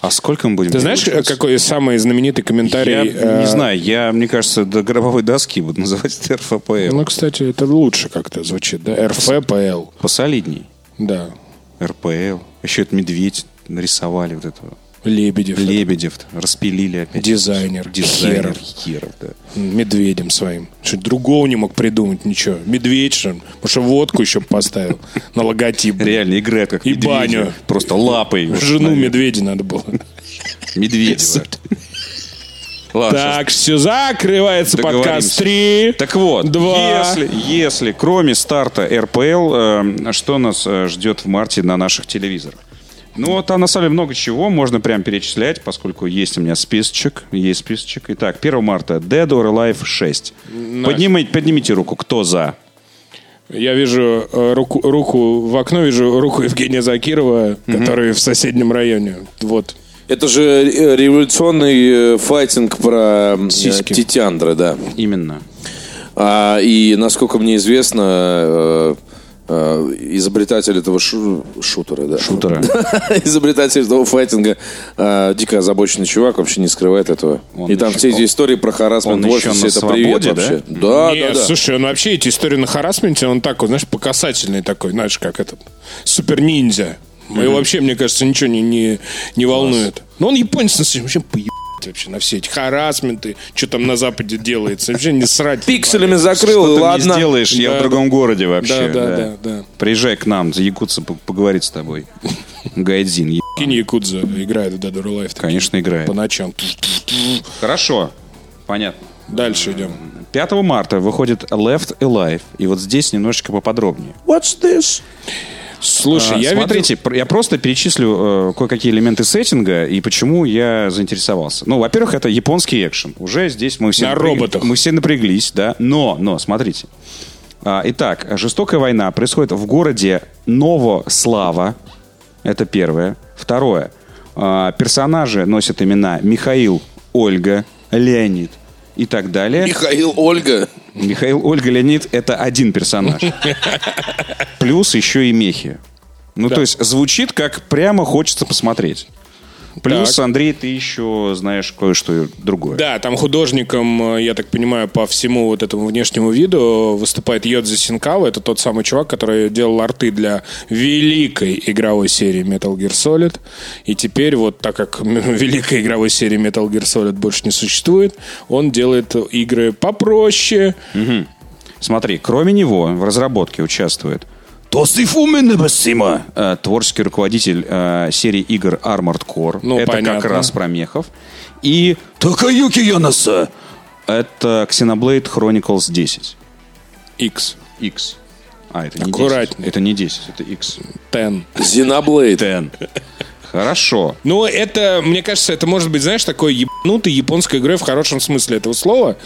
[SPEAKER 3] А сколько мы будем?
[SPEAKER 2] Ты знаешь, э,
[SPEAKER 3] переучиваться?
[SPEAKER 2] какой самый знаменитый
[SPEAKER 3] Я
[SPEAKER 2] комментарий?
[SPEAKER 3] не
[SPEAKER 2] э,
[SPEAKER 3] знаю, я, мне кажется, до гробовой доски буду называть это РФПЛ.
[SPEAKER 2] Ну, кстати, это лучше как-то звучит, да? РФПЛ.
[SPEAKER 3] Посолидней.
[SPEAKER 2] Да.
[SPEAKER 3] РПЛ. Еще это медведь нарисовали вот этого.
[SPEAKER 2] Лебедев.
[SPEAKER 3] Лебедев распилили опять.
[SPEAKER 2] Дизайнер.
[SPEAKER 3] Дизайнер.
[SPEAKER 2] Херов.
[SPEAKER 3] Херов, да.
[SPEAKER 2] Медведем своим. Что другого не мог придумать, ничего. Медведь, что ли? Потому что водку еще поставил на логотип.
[SPEAKER 3] Реально играет как
[SPEAKER 2] И
[SPEAKER 3] медведя.
[SPEAKER 2] баню.
[SPEAKER 3] Просто лапой. вот,
[SPEAKER 2] Жену
[SPEAKER 3] наверное.
[SPEAKER 2] медведя надо было.
[SPEAKER 3] Медведева. Ладно, А щас.
[SPEAKER 2] Так, все, закрывается подкаст
[SPEAKER 3] Договоримся.
[SPEAKER 2] 3.
[SPEAKER 3] Так вот,
[SPEAKER 2] Два.
[SPEAKER 3] если, если кроме старта РПЛ, э, что нас э, ждет в марте на наших телевизорах? Ну, там на самом деле много чего, можно прям перечислять, поскольку есть у меня списочек, есть списочек. Итак, 1 марта Dead or Alive 6. Поднимите, поднимите руку, кто за?
[SPEAKER 2] Я вижу э, руку, руку в окно, вижу руку Евгения Закирова, который в соседнем районе. Вот.
[SPEAKER 4] Это же э, революционный э, файтинг про э,
[SPEAKER 2] Сиськи.
[SPEAKER 4] Титяндра, да.
[SPEAKER 3] Именно.
[SPEAKER 4] А, и, насколько мне известно, э, э, изобретатель этого шу- шутера, да.
[SPEAKER 3] Шутера.
[SPEAKER 4] изобретатель этого файтинга, э, дико озабоченный чувак, вообще не скрывает этого.
[SPEAKER 3] Он
[SPEAKER 4] и там
[SPEAKER 3] еще-
[SPEAKER 4] все эти истории про
[SPEAKER 3] он
[SPEAKER 4] харассмент в
[SPEAKER 3] еще
[SPEAKER 4] офисе,
[SPEAKER 3] на
[SPEAKER 4] это привет
[SPEAKER 3] свободе, да?
[SPEAKER 4] вообще.
[SPEAKER 3] А,
[SPEAKER 4] Да,
[SPEAKER 2] Не,
[SPEAKER 4] да, да.
[SPEAKER 2] слушай, он вообще эти истории на харасменте, он такой, знаешь, показательный такой, знаешь, как этот Ну, супер-ниндзя. Его вообще, мне кажется, ничего не, не, не волнует. Но он японец, Ну, на самом деле, вообще поебать плевать вообще на все эти харасменты, что там на Западе делается. Вообще не срать.
[SPEAKER 4] Пикселями закрыл,
[SPEAKER 3] Что
[SPEAKER 4] и
[SPEAKER 3] ты
[SPEAKER 4] ладно.
[SPEAKER 3] мне сделаешь, я
[SPEAKER 2] Да,
[SPEAKER 3] в другом городе вообще.
[SPEAKER 2] Да, да, да, да.
[SPEAKER 3] Приезжай к нам, якутцы по- поговорит с тобой. Гайдзин, е-
[SPEAKER 2] Кинь Якудза играет в Dead or Alive. такие,
[SPEAKER 3] конечно, играет.
[SPEAKER 2] По ночам.
[SPEAKER 3] Хорошо, понятно.
[SPEAKER 2] Дальше идем.
[SPEAKER 3] 5 марта выходит Left Alive, и вот здесь немножечко поподробнее.
[SPEAKER 4] What's this?
[SPEAKER 2] Слушай,
[SPEAKER 3] А,
[SPEAKER 2] я видел...
[SPEAKER 3] Смотрите, пр- я просто перечислю э, кое-какие элементы сеттинга и почему я заинтересовался. Ну, во-первых, это японский экшен. Уже здесь мы все...
[SPEAKER 2] На роботах.
[SPEAKER 3] Мы все напряглись, да. Но, но, смотрите. А, Итак, жестокая война происходит в городе Новослава. Это первое. Второе. А, Персонажи носят имена Михаил, Ольга, Леонид и так далее.
[SPEAKER 4] Михаил Ольга.
[SPEAKER 3] Михаил Ольга Леонид это один персонаж. Плюс еще и мехи. Ну, то есть, звучит как прямо хочется посмотреть. Плюс, Андрей, ты еще знаешь кое-что другое.
[SPEAKER 2] Да, там художником, э, я так понимаю, по всему вот этому внешнему виду выступает Йодзи Синкава. Это тот самый чувак, который делал арты для великой игровой серии Metal Gear Solid. И теперь вот так как м, великой игровой серии Metal Gear Solid больше не существует, он делает игры попроще.
[SPEAKER 3] Смотри, кроме него в разработке участвует Тосифуми Небесима, э, творческий руководитель э, серии игр Armored Core.
[SPEAKER 2] Ну,
[SPEAKER 3] это как
[SPEAKER 2] понятно.
[SPEAKER 3] раз про мехов. И Такаюки Йонаса. Это Xenoblade Chronicles 10.
[SPEAKER 2] X,
[SPEAKER 3] X. А, это не
[SPEAKER 2] Аккуратнее.
[SPEAKER 3] 10. Это не 10, это X.
[SPEAKER 2] Ten.
[SPEAKER 4] Зеноблейд.
[SPEAKER 3] Ten. Хорошо.
[SPEAKER 2] Но Ну, это, мне кажется, это может быть, знаешь, такой ебанутый японской игры в хорошем смысле этого слова.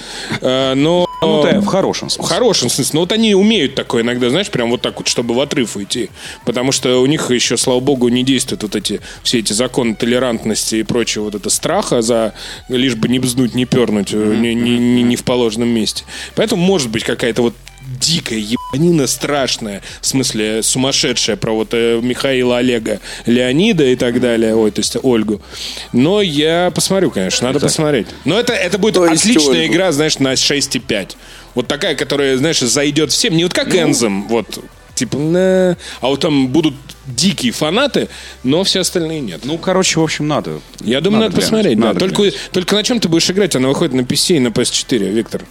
[SPEAKER 2] Э, Но...
[SPEAKER 3] Ну, да, в хорошем
[SPEAKER 2] В
[SPEAKER 3] смысле.
[SPEAKER 2] хорошем смысле. Но вот они умеют такое иногда, знаешь, прям вот так вот, чтобы в отрыв уйти. Потому что у них еще, слава богу, не действуют вот эти все эти законы толерантности и прочего вот это страха за лишь бы не бзнуть, не пернуть, э, не, не- не- не в положенном месте. Поэтому может быть какая-то вот дикая ебанина страшная, в смысле сумасшедшая про вот э, Михаила Олега Леонида и так далее, ой, то есть Ольгу. Но я посмотрю, конечно, надо посмотреть. Но это, это будет
[SPEAKER 4] То есть
[SPEAKER 2] отличная
[SPEAKER 4] Ольгу.
[SPEAKER 2] игра игра, знаешь, на 6,5. Вот такая, которая, знаешь, зайдет всем. Не вот как
[SPEAKER 3] Ну.
[SPEAKER 2] Энзом, вот, типа, на... А вот там будут дикие фанаты, но все остальные нет.
[SPEAKER 3] Ну, короче, в общем, надо.
[SPEAKER 2] Я думаю, надо,
[SPEAKER 3] глянуть,
[SPEAKER 2] посмотреть, да.
[SPEAKER 3] надо
[SPEAKER 2] только,
[SPEAKER 3] глянуть.
[SPEAKER 2] только на чем ты будешь играть? Она выходит на PC и на PS4, Виктор.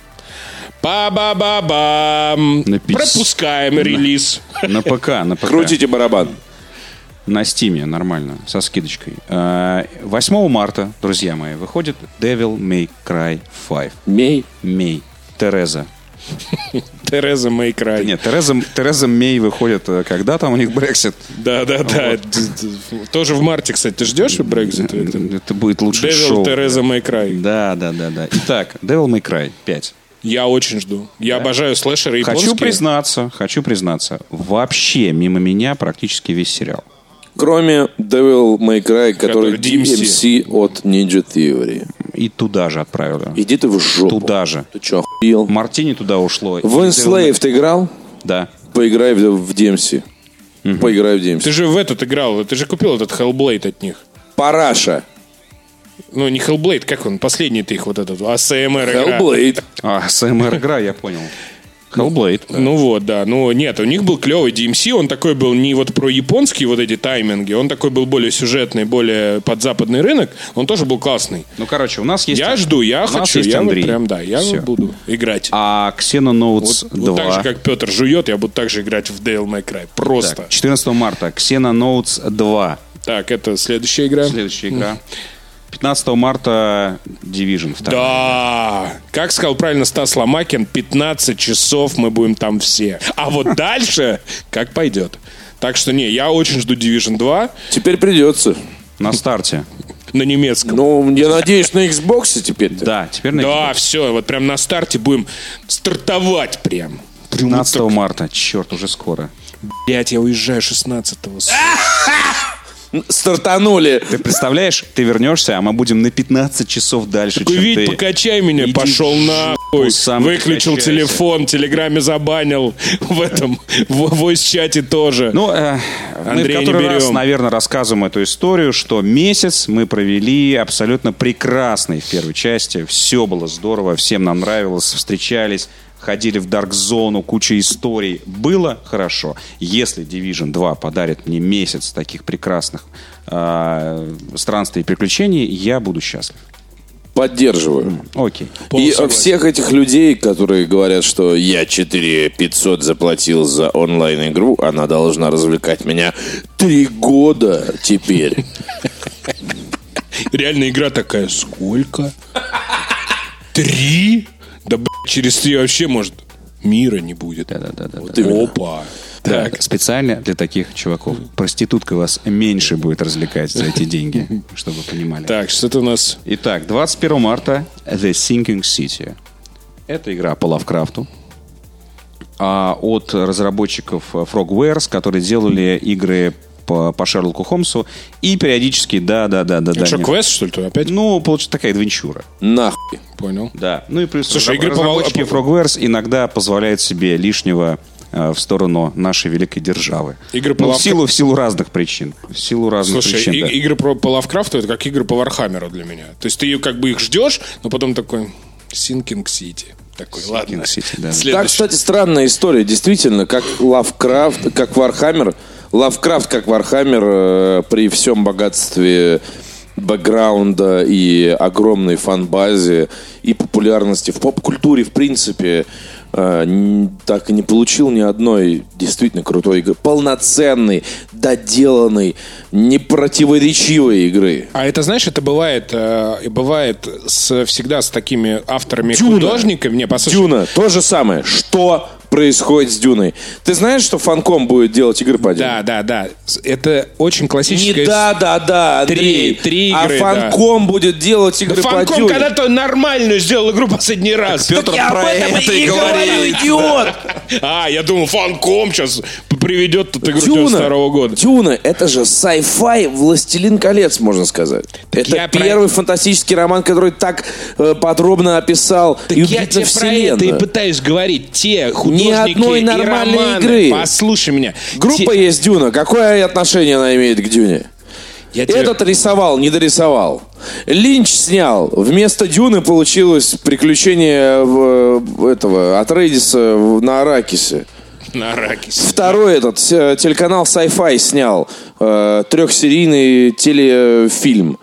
[SPEAKER 2] Па-ба-ба-бам.
[SPEAKER 3] На PC.
[SPEAKER 2] Пропускаем релиз.
[SPEAKER 3] На ПК, на ПК.
[SPEAKER 4] Крутите барабан.
[SPEAKER 3] На Стиме нормально, со скидочкой. А, 8 марта, друзья мои, выходит Devil May Cry 5.
[SPEAKER 4] Мей.
[SPEAKER 3] Мей. Тереза.
[SPEAKER 2] Тереза Мейкрай.
[SPEAKER 3] Нет, Тереза, Тереза Мей выходит, э, когда там у них Брексит?
[SPEAKER 2] Да, да, да. Тоже в марте, кстати, ты ждешь Брекзит? Виктор?
[SPEAKER 3] Это будет лучше
[SPEAKER 2] Девил
[SPEAKER 3] шоу.
[SPEAKER 2] Тереза Мейкрай.
[SPEAKER 3] Да, да, да, да. Итак, Devil May Cry 5.
[SPEAKER 2] Я очень жду. Я обожаю слэшеры японские.
[SPEAKER 3] Хочу признаться, хочу признаться, вообще мимо меня практически весь сериал.
[SPEAKER 4] Кроме Devil May Cry, который
[SPEAKER 2] Который DMC.
[SPEAKER 4] DMC от Ninja Theory.
[SPEAKER 3] И туда же отправили.
[SPEAKER 4] Иди ты в жопу.
[SPEAKER 3] Туда же.
[SPEAKER 4] Ты чё, охуел?
[SPEAKER 3] Мартини туда ушло.
[SPEAKER 4] В Enslave ты играл?
[SPEAKER 3] Да.
[SPEAKER 4] Поиграй в- в DMC. Поиграй в
[SPEAKER 2] Ты
[SPEAKER 4] DMC.
[SPEAKER 2] же в этот играл, ты же купил этот Hellblade от них.
[SPEAKER 4] Параша.
[SPEAKER 2] Ну, не Hellblade, как он, последний-то их вот этот, АСМР игра.
[SPEAKER 4] Hellblade.
[SPEAKER 3] А, СМР игра, я понял. Hellblade.
[SPEAKER 2] Ну вот, да. Ну нет, у них был клевый DMC, он такой был не вот про японские вот эти тайминги, он такой был более сюжетный, более под западный рынок, он тоже был классный.
[SPEAKER 3] Ну, короче, у нас есть...
[SPEAKER 2] я жду, я
[SPEAKER 3] у нас
[SPEAKER 2] хочу,
[SPEAKER 3] есть
[SPEAKER 2] я вот
[SPEAKER 3] Андрей.
[SPEAKER 2] прям, да, я
[SPEAKER 3] Всё.
[SPEAKER 2] вот буду играть.
[SPEAKER 3] А
[SPEAKER 2] вот,
[SPEAKER 3] Xenonotes
[SPEAKER 2] вот
[SPEAKER 3] 2...
[SPEAKER 2] так же, как Петр жует, я буду также играть в Dale May Cry. Просто.
[SPEAKER 3] Так, 14 марта Xenonotes 2.
[SPEAKER 2] Так, это следующая игра.
[SPEAKER 3] Следующая игра. 15 марта Division 2.
[SPEAKER 2] Да, как сказал правильно Стас Ломакин, 15 часов мы будем там все. А вот дальше как пойдет. Так что не, я очень жду Division 2
[SPEAKER 4] Теперь придется.
[SPEAKER 3] На старте.
[SPEAKER 2] на немецком.
[SPEAKER 4] Ну, я надеюсь, на Xbox теперь
[SPEAKER 3] Да, теперь Ну, на
[SPEAKER 2] Да, все, вот прям на старте будем стартовать прям.
[SPEAKER 3] 15 марта. Черт, уже скоро.
[SPEAKER 2] Блять, я уезжаю
[SPEAKER 3] А!
[SPEAKER 2] 16-го. сука.
[SPEAKER 4] Стартанули.
[SPEAKER 3] Ты представляешь, ты вернешься, а мы будем на 15 часов дальше,
[SPEAKER 2] Такой,
[SPEAKER 3] чем
[SPEAKER 2] Вить,
[SPEAKER 3] ты.
[SPEAKER 2] покачай меня,
[SPEAKER 3] Иди
[SPEAKER 2] пошел
[SPEAKER 3] в
[SPEAKER 2] нахуй.
[SPEAKER 3] жопу, сам
[SPEAKER 2] Выключил
[SPEAKER 3] качайся.
[SPEAKER 2] телефон, в телеграме забанил. В этом, в войс-чате тоже.
[SPEAKER 3] Ну, э, мы в
[SPEAKER 2] Андрея не
[SPEAKER 3] который раз,
[SPEAKER 2] берем.
[SPEAKER 3] наверное, рассказываем эту историю, что месяц мы провели абсолютно прекрасный в первой части. Все было здорово, всем нам нравилось, встречались, ходили в дарк-зону, куча историй. Было хорошо. Если Division 2 подарит мне месяц таких прекрасных э, странствий и приключений, я буду счастлив.
[SPEAKER 4] Поддерживаю.
[SPEAKER 3] Окей.
[SPEAKER 4] И от всех этих людей, которые говорят, что я 4 500 заплатил за онлайн-игру, она должна развлекать меня три года теперь.
[SPEAKER 2] Реально игра такая, сколько? Три? Да, блядь, через три вообще, может, мира не будет.
[SPEAKER 3] Да-да-да-да.
[SPEAKER 2] Вот именно. Опа. Так,
[SPEAKER 3] Так, специально для таких чуваков. Проститутка вас меньше будет развлекать за эти деньги, чтобы вы понимали.
[SPEAKER 2] так, что-то у нас...
[SPEAKER 3] Итак, 21 марта The Sinking City. Это игра по Лавкрафту. А, от разработчиков э, Frogwares, которые делали игры по, по Шерлоку Холмсу. И периодически, да, да, да, да, да.
[SPEAKER 2] Что,
[SPEAKER 3] нет.
[SPEAKER 2] квест, что ли, то опять?
[SPEAKER 3] Ну, получается такая адвенчура.
[SPEAKER 4] Нахуй.
[SPEAKER 2] Понял.
[SPEAKER 3] Да. Ну и плюс
[SPEAKER 2] Слушай,
[SPEAKER 3] разра-
[SPEAKER 2] игры по вол-
[SPEAKER 3] разработчики
[SPEAKER 2] по-
[SPEAKER 3] Frogwares иногда позволяют себе лишнего э, в сторону нашей великой державы.
[SPEAKER 2] Игры по
[SPEAKER 3] Ну, в
[SPEAKER 2] лавка-
[SPEAKER 3] силу, в силу разных причин. В силу
[SPEAKER 4] ну,
[SPEAKER 3] разных
[SPEAKER 2] Слушай,
[SPEAKER 3] причин.
[SPEAKER 2] и-
[SPEAKER 3] да.
[SPEAKER 2] игры про, по Лавкрафту это как игры по Вархаммеру для меня. То есть ты ее как бы их ждешь, но потом такой Синкинг Сити. Такой, ладно.
[SPEAKER 3] City, да.
[SPEAKER 4] Так,
[SPEAKER 2] Следующий.
[SPEAKER 4] кстати, странная история. Действительно, как Лавкрафт, как Вархаммер. Лавкрафт, как Вархаммер, э, при всем богатстве бэкграунда и огромной фан-базе и популярности в поп-культуре, в принципе, э, н- так и не получил ни одной действительно крутой игры. Полноценной, доделанной, непротиворечивой игры.
[SPEAKER 2] А это, знаешь, это бывает, э, и бывает с, всегда с такими авторами
[SPEAKER 4] Дюна.
[SPEAKER 2] художниками. Не, послушай,
[SPEAKER 4] Дюна, то же самое. Что происходит с Дюной? Ты знаешь, что Фанком будет делать игры по Дюне?
[SPEAKER 2] Да, да, да. С- Это очень классическая...
[SPEAKER 4] Не да, да, да, Андрей.
[SPEAKER 2] Три- три
[SPEAKER 4] а
[SPEAKER 2] игры,
[SPEAKER 4] Фанком будет делать
[SPEAKER 2] Да
[SPEAKER 4] игры по
[SPEAKER 2] Фанком
[SPEAKER 4] Дюне.
[SPEAKER 2] когда-то нормальную сделал игру последний раз.
[SPEAKER 4] Так я об этом и говорю, идиот.
[SPEAKER 2] А, я думал, Фанком сейчас приведет тут игру
[SPEAKER 4] Дюна,
[SPEAKER 2] 92 года.
[SPEAKER 4] Дюна, это же sci-fi «Властелин колец», можно сказать.
[SPEAKER 2] я
[SPEAKER 4] это
[SPEAKER 2] про-
[SPEAKER 4] первый фантастический роман, который так э, подробно описал и
[SPEAKER 2] я тебе про это и пытаюсь говорить. Те художники
[SPEAKER 4] одной
[SPEAKER 2] и
[SPEAKER 4] нормальной
[SPEAKER 2] романы.
[SPEAKER 4] игры.
[SPEAKER 2] Послушай меня.
[SPEAKER 4] Группа
[SPEAKER 2] Те-
[SPEAKER 4] есть Дюна. Какое отношение она имеет к Дюне?
[SPEAKER 2] Я тебе-
[SPEAKER 4] Этот рисовал, не дорисовал. Линч снял. Вместо Дюны получилось приключение в- в э, этого Атрейдиса в- на Аракисе.
[SPEAKER 2] На Аракисе.
[SPEAKER 4] Второй этот э, телеканал Sci-Fi снял э, трехсерийный телефильм.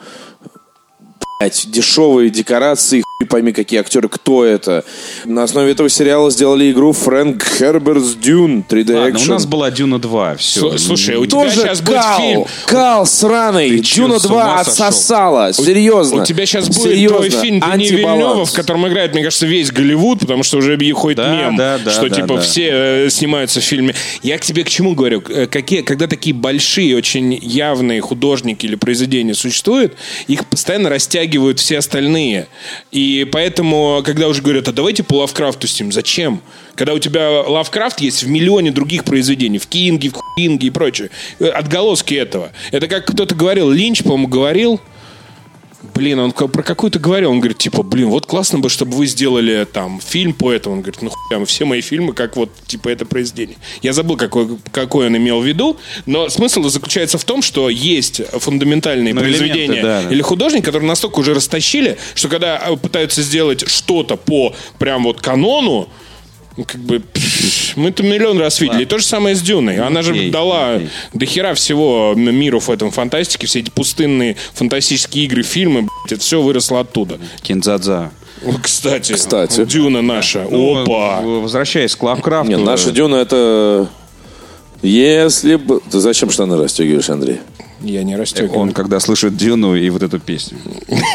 [SPEAKER 4] Блять, дешевые декорации, хуй пойми, какие актеры, кто это. На основе этого сериала сделали игру Фрэнк Херберс Дюн 3D
[SPEAKER 3] Ладно, у
[SPEAKER 4] экшен.
[SPEAKER 3] нас была Дюна 2, все.
[SPEAKER 2] Слу- Слушай, а у тебя
[SPEAKER 4] Тоже
[SPEAKER 2] сейчас будет
[SPEAKER 4] кал,
[SPEAKER 2] фильм.
[SPEAKER 4] кал сраный.
[SPEAKER 3] чё,
[SPEAKER 4] Дюна
[SPEAKER 3] с ума
[SPEAKER 4] 2
[SPEAKER 3] сошёл?
[SPEAKER 4] отсосала. Серьезно.
[SPEAKER 2] У тебя сейчас будет
[SPEAKER 4] Серьезно.
[SPEAKER 2] твой фильм Дени
[SPEAKER 4] Антибаланс.
[SPEAKER 2] Вильнёва, в котором играет, мне кажется, весь Голливуд, потому что уже ходит
[SPEAKER 3] Да,
[SPEAKER 2] мем,
[SPEAKER 3] да, да,
[SPEAKER 2] что
[SPEAKER 3] да,
[SPEAKER 2] типа
[SPEAKER 3] да.
[SPEAKER 2] все э, снимаются в фильме. Я к тебе к чему говорю? Э, Какие, когда такие большие, очень явные художники или произведения существуют, их постоянно растягивают все остальные. И поэтому, когда уже говорят, а давайте по Лавкрафту с ним, зачем? Когда у тебя Лавкрафт есть в миллионе других произведений, в Кинге, в Кинге и прочее. Э, Отголоски этого. Это как кто-то говорил, Линч, по-моему, говорил, Блин, он ка- про какую-то говорил. Он говорит, типа, блин, вот классно бы, чтобы вы сделали там фильм по этому. Он говорит, ну хуя, все мои фильмы, как вот, типа, это произведение. Я забыл, какой, какой он имел в виду, но смысл заключается в том, что есть фундаментальные
[SPEAKER 3] Ну, элементы,
[SPEAKER 2] произведения
[SPEAKER 3] да, да.
[SPEAKER 2] или художники, которые настолько уже растащили, что когда э, пытаются сделать что-то по прям вот канону, ну, как бы пш, мы это миллион раз видели. И то же самое с Дюной. Она же
[SPEAKER 3] Ну, Окей,
[SPEAKER 2] дала
[SPEAKER 3] окей.
[SPEAKER 2] до хера всего м- миру в этом фантастике. Все эти пустынные фантастические игры, фильмы, блядь, это все выросло оттуда.
[SPEAKER 3] Кинзадза.
[SPEAKER 2] Вот, Кстати,
[SPEAKER 4] Кстати.
[SPEAKER 2] Дюна наша. Опа!
[SPEAKER 3] Ну, Возвращаясь к Лавкрафту.
[SPEAKER 4] Нет, наша Дюна это... Если бы... Ты зачем штаны расстегиваешь, Андрей?
[SPEAKER 2] Я не
[SPEAKER 3] Э, Он
[SPEAKER 2] расстегиваю.
[SPEAKER 3] когда слышит Дюну и вот эту песню.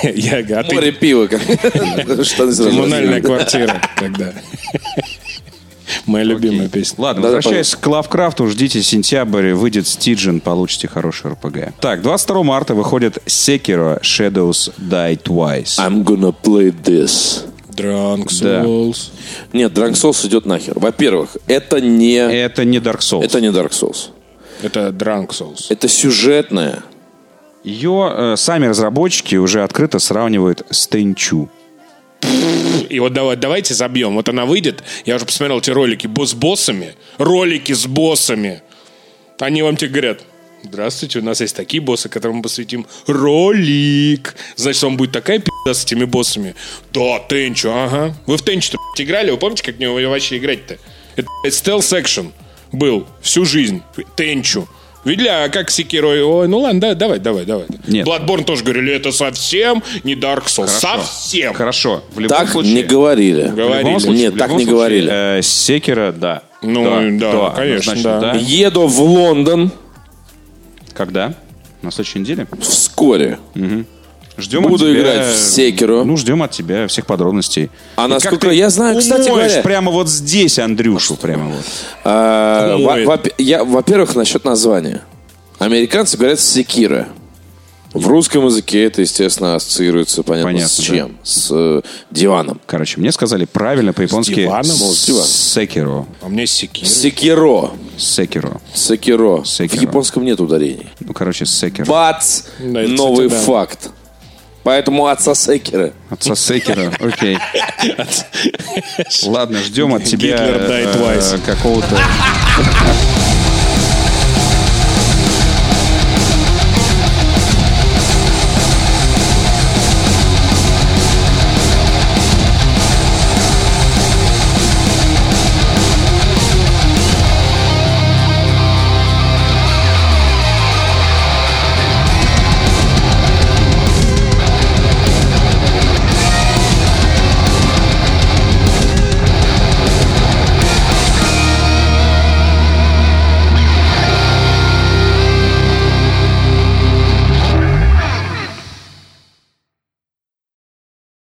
[SPEAKER 2] Я га- а ты-
[SPEAKER 4] Море пива. как- Штаны сразу
[SPEAKER 2] Коммунальная
[SPEAKER 4] расстегиваешь.
[SPEAKER 2] квартира тогда. Моя любимая песня.
[SPEAKER 3] Ладно,
[SPEAKER 4] Да, да,
[SPEAKER 3] возвращаясь к Лавкрафту, ждите сентябрь, выйдет Стиджин, получите хороший РПГ. Так, 22 марта выходит Sekiro Shadows Die Twice.
[SPEAKER 4] I'm gonna play this.
[SPEAKER 2] Drunk
[SPEAKER 3] Да.
[SPEAKER 2] Souls.
[SPEAKER 4] Нет, Drunk Souls идет нахер. Во-первых, это
[SPEAKER 2] Э,
[SPEAKER 4] не...
[SPEAKER 3] Это не Dark Souls.
[SPEAKER 4] Э, Это не Dark Souls.
[SPEAKER 2] Это Drunk Souls.
[SPEAKER 4] Это сюжетное.
[SPEAKER 3] Ее э, сами разработчики уже открыто сравнивают с Тенчу.
[SPEAKER 2] И вот давай- давайте забьем. Вот она выйдет. Я уже посмотрел эти ролики босс с боссами. Ролики с боссами. Они вам тебе говорят. Здравствуйте, у нас есть такие боссы, которым мы посвятим ролик. Значит, вам будет такая пизда с этими боссами. Да, Тенчу, ага. Вы в Тенчу играли, вы помните, как в него вообще играть-то? Это блядь, стелс-экшен был всю жизнь. Тенчу. Видели, а как Секиро? Ой, ну ладно, да, давай, давай, давай.
[SPEAKER 3] Нет.
[SPEAKER 2] Bloodborne тоже говорили, это совсем не Dark Souls. Совсем.
[SPEAKER 3] Хорошо. В любом
[SPEAKER 4] Так
[SPEAKER 3] случае...
[SPEAKER 4] не говорили.
[SPEAKER 2] Говорили.
[SPEAKER 3] В любом случае-
[SPEAKER 4] Нет,
[SPEAKER 3] в
[SPEAKER 4] так
[SPEAKER 3] любом
[SPEAKER 4] не
[SPEAKER 3] случае,
[SPEAKER 4] говорили.
[SPEAKER 3] э, Секера, да.
[SPEAKER 2] Ну, да, конечно,
[SPEAKER 3] однозначно,
[SPEAKER 2] да.
[SPEAKER 4] Еду в Лондон
[SPEAKER 3] Когда? На следующей неделе.
[SPEAKER 4] вскоре.
[SPEAKER 3] Ждем
[SPEAKER 4] Буду
[SPEAKER 3] от тебя...
[SPEAKER 4] играть в Sekiro.
[SPEAKER 3] Ну, ждем от тебя всех подробностей.
[SPEAKER 4] А
[SPEAKER 3] И
[SPEAKER 4] насколько
[SPEAKER 3] как ты
[SPEAKER 4] я знаю, кстати
[SPEAKER 3] умоешь
[SPEAKER 4] говоря-
[SPEAKER 3] прямо вот здесь Андрюшу, прямо вот.
[SPEAKER 4] А,
[SPEAKER 2] Ой.
[SPEAKER 4] во- во- я- Во-первых, насчет названия. Американцы говорят секира. В русском языке это, естественно, ассоциируется, понятно,
[SPEAKER 3] Понятно,
[SPEAKER 4] с
[SPEAKER 3] да.
[SPEAKER 4] чем? С э, диваном.
[SPEAKER 3] Короче, мне сказали правильно по-японски
[SPEAKER 2] диваном?
[SPEAKER 3] с-
[SPEAKER 4] С дивана.
[SPEAKER 3] Секиро.
[SPEAKER 2] А мне Секиро.
[SPEAKER 4] Секиро.
[SPEAKER 3] Секиро.
[SPEAKER 4] Секиро. В
[SPEAKER 3] Секиро.
[SPEAKER 4] японском нет ударений.
[SPEAKER 3] Ну, короче, Секиро.
[SPEAKER 4] Бац!
[SPEAKER 2] Да, это,
[SPEAKER 4] Новый
[SPEAKER 2] кстати, да.
[SPEAKER 4] факт. Поэтому отца секира.
[SPEAKER 3] Отца Секиро. Окей. Ладно, ждем от тебя
[SPEAKER 2] Гитлер died
[SPEAKER 3] э,
[SPEAKER 2] twice.
[SPEAKER 3] какого-то...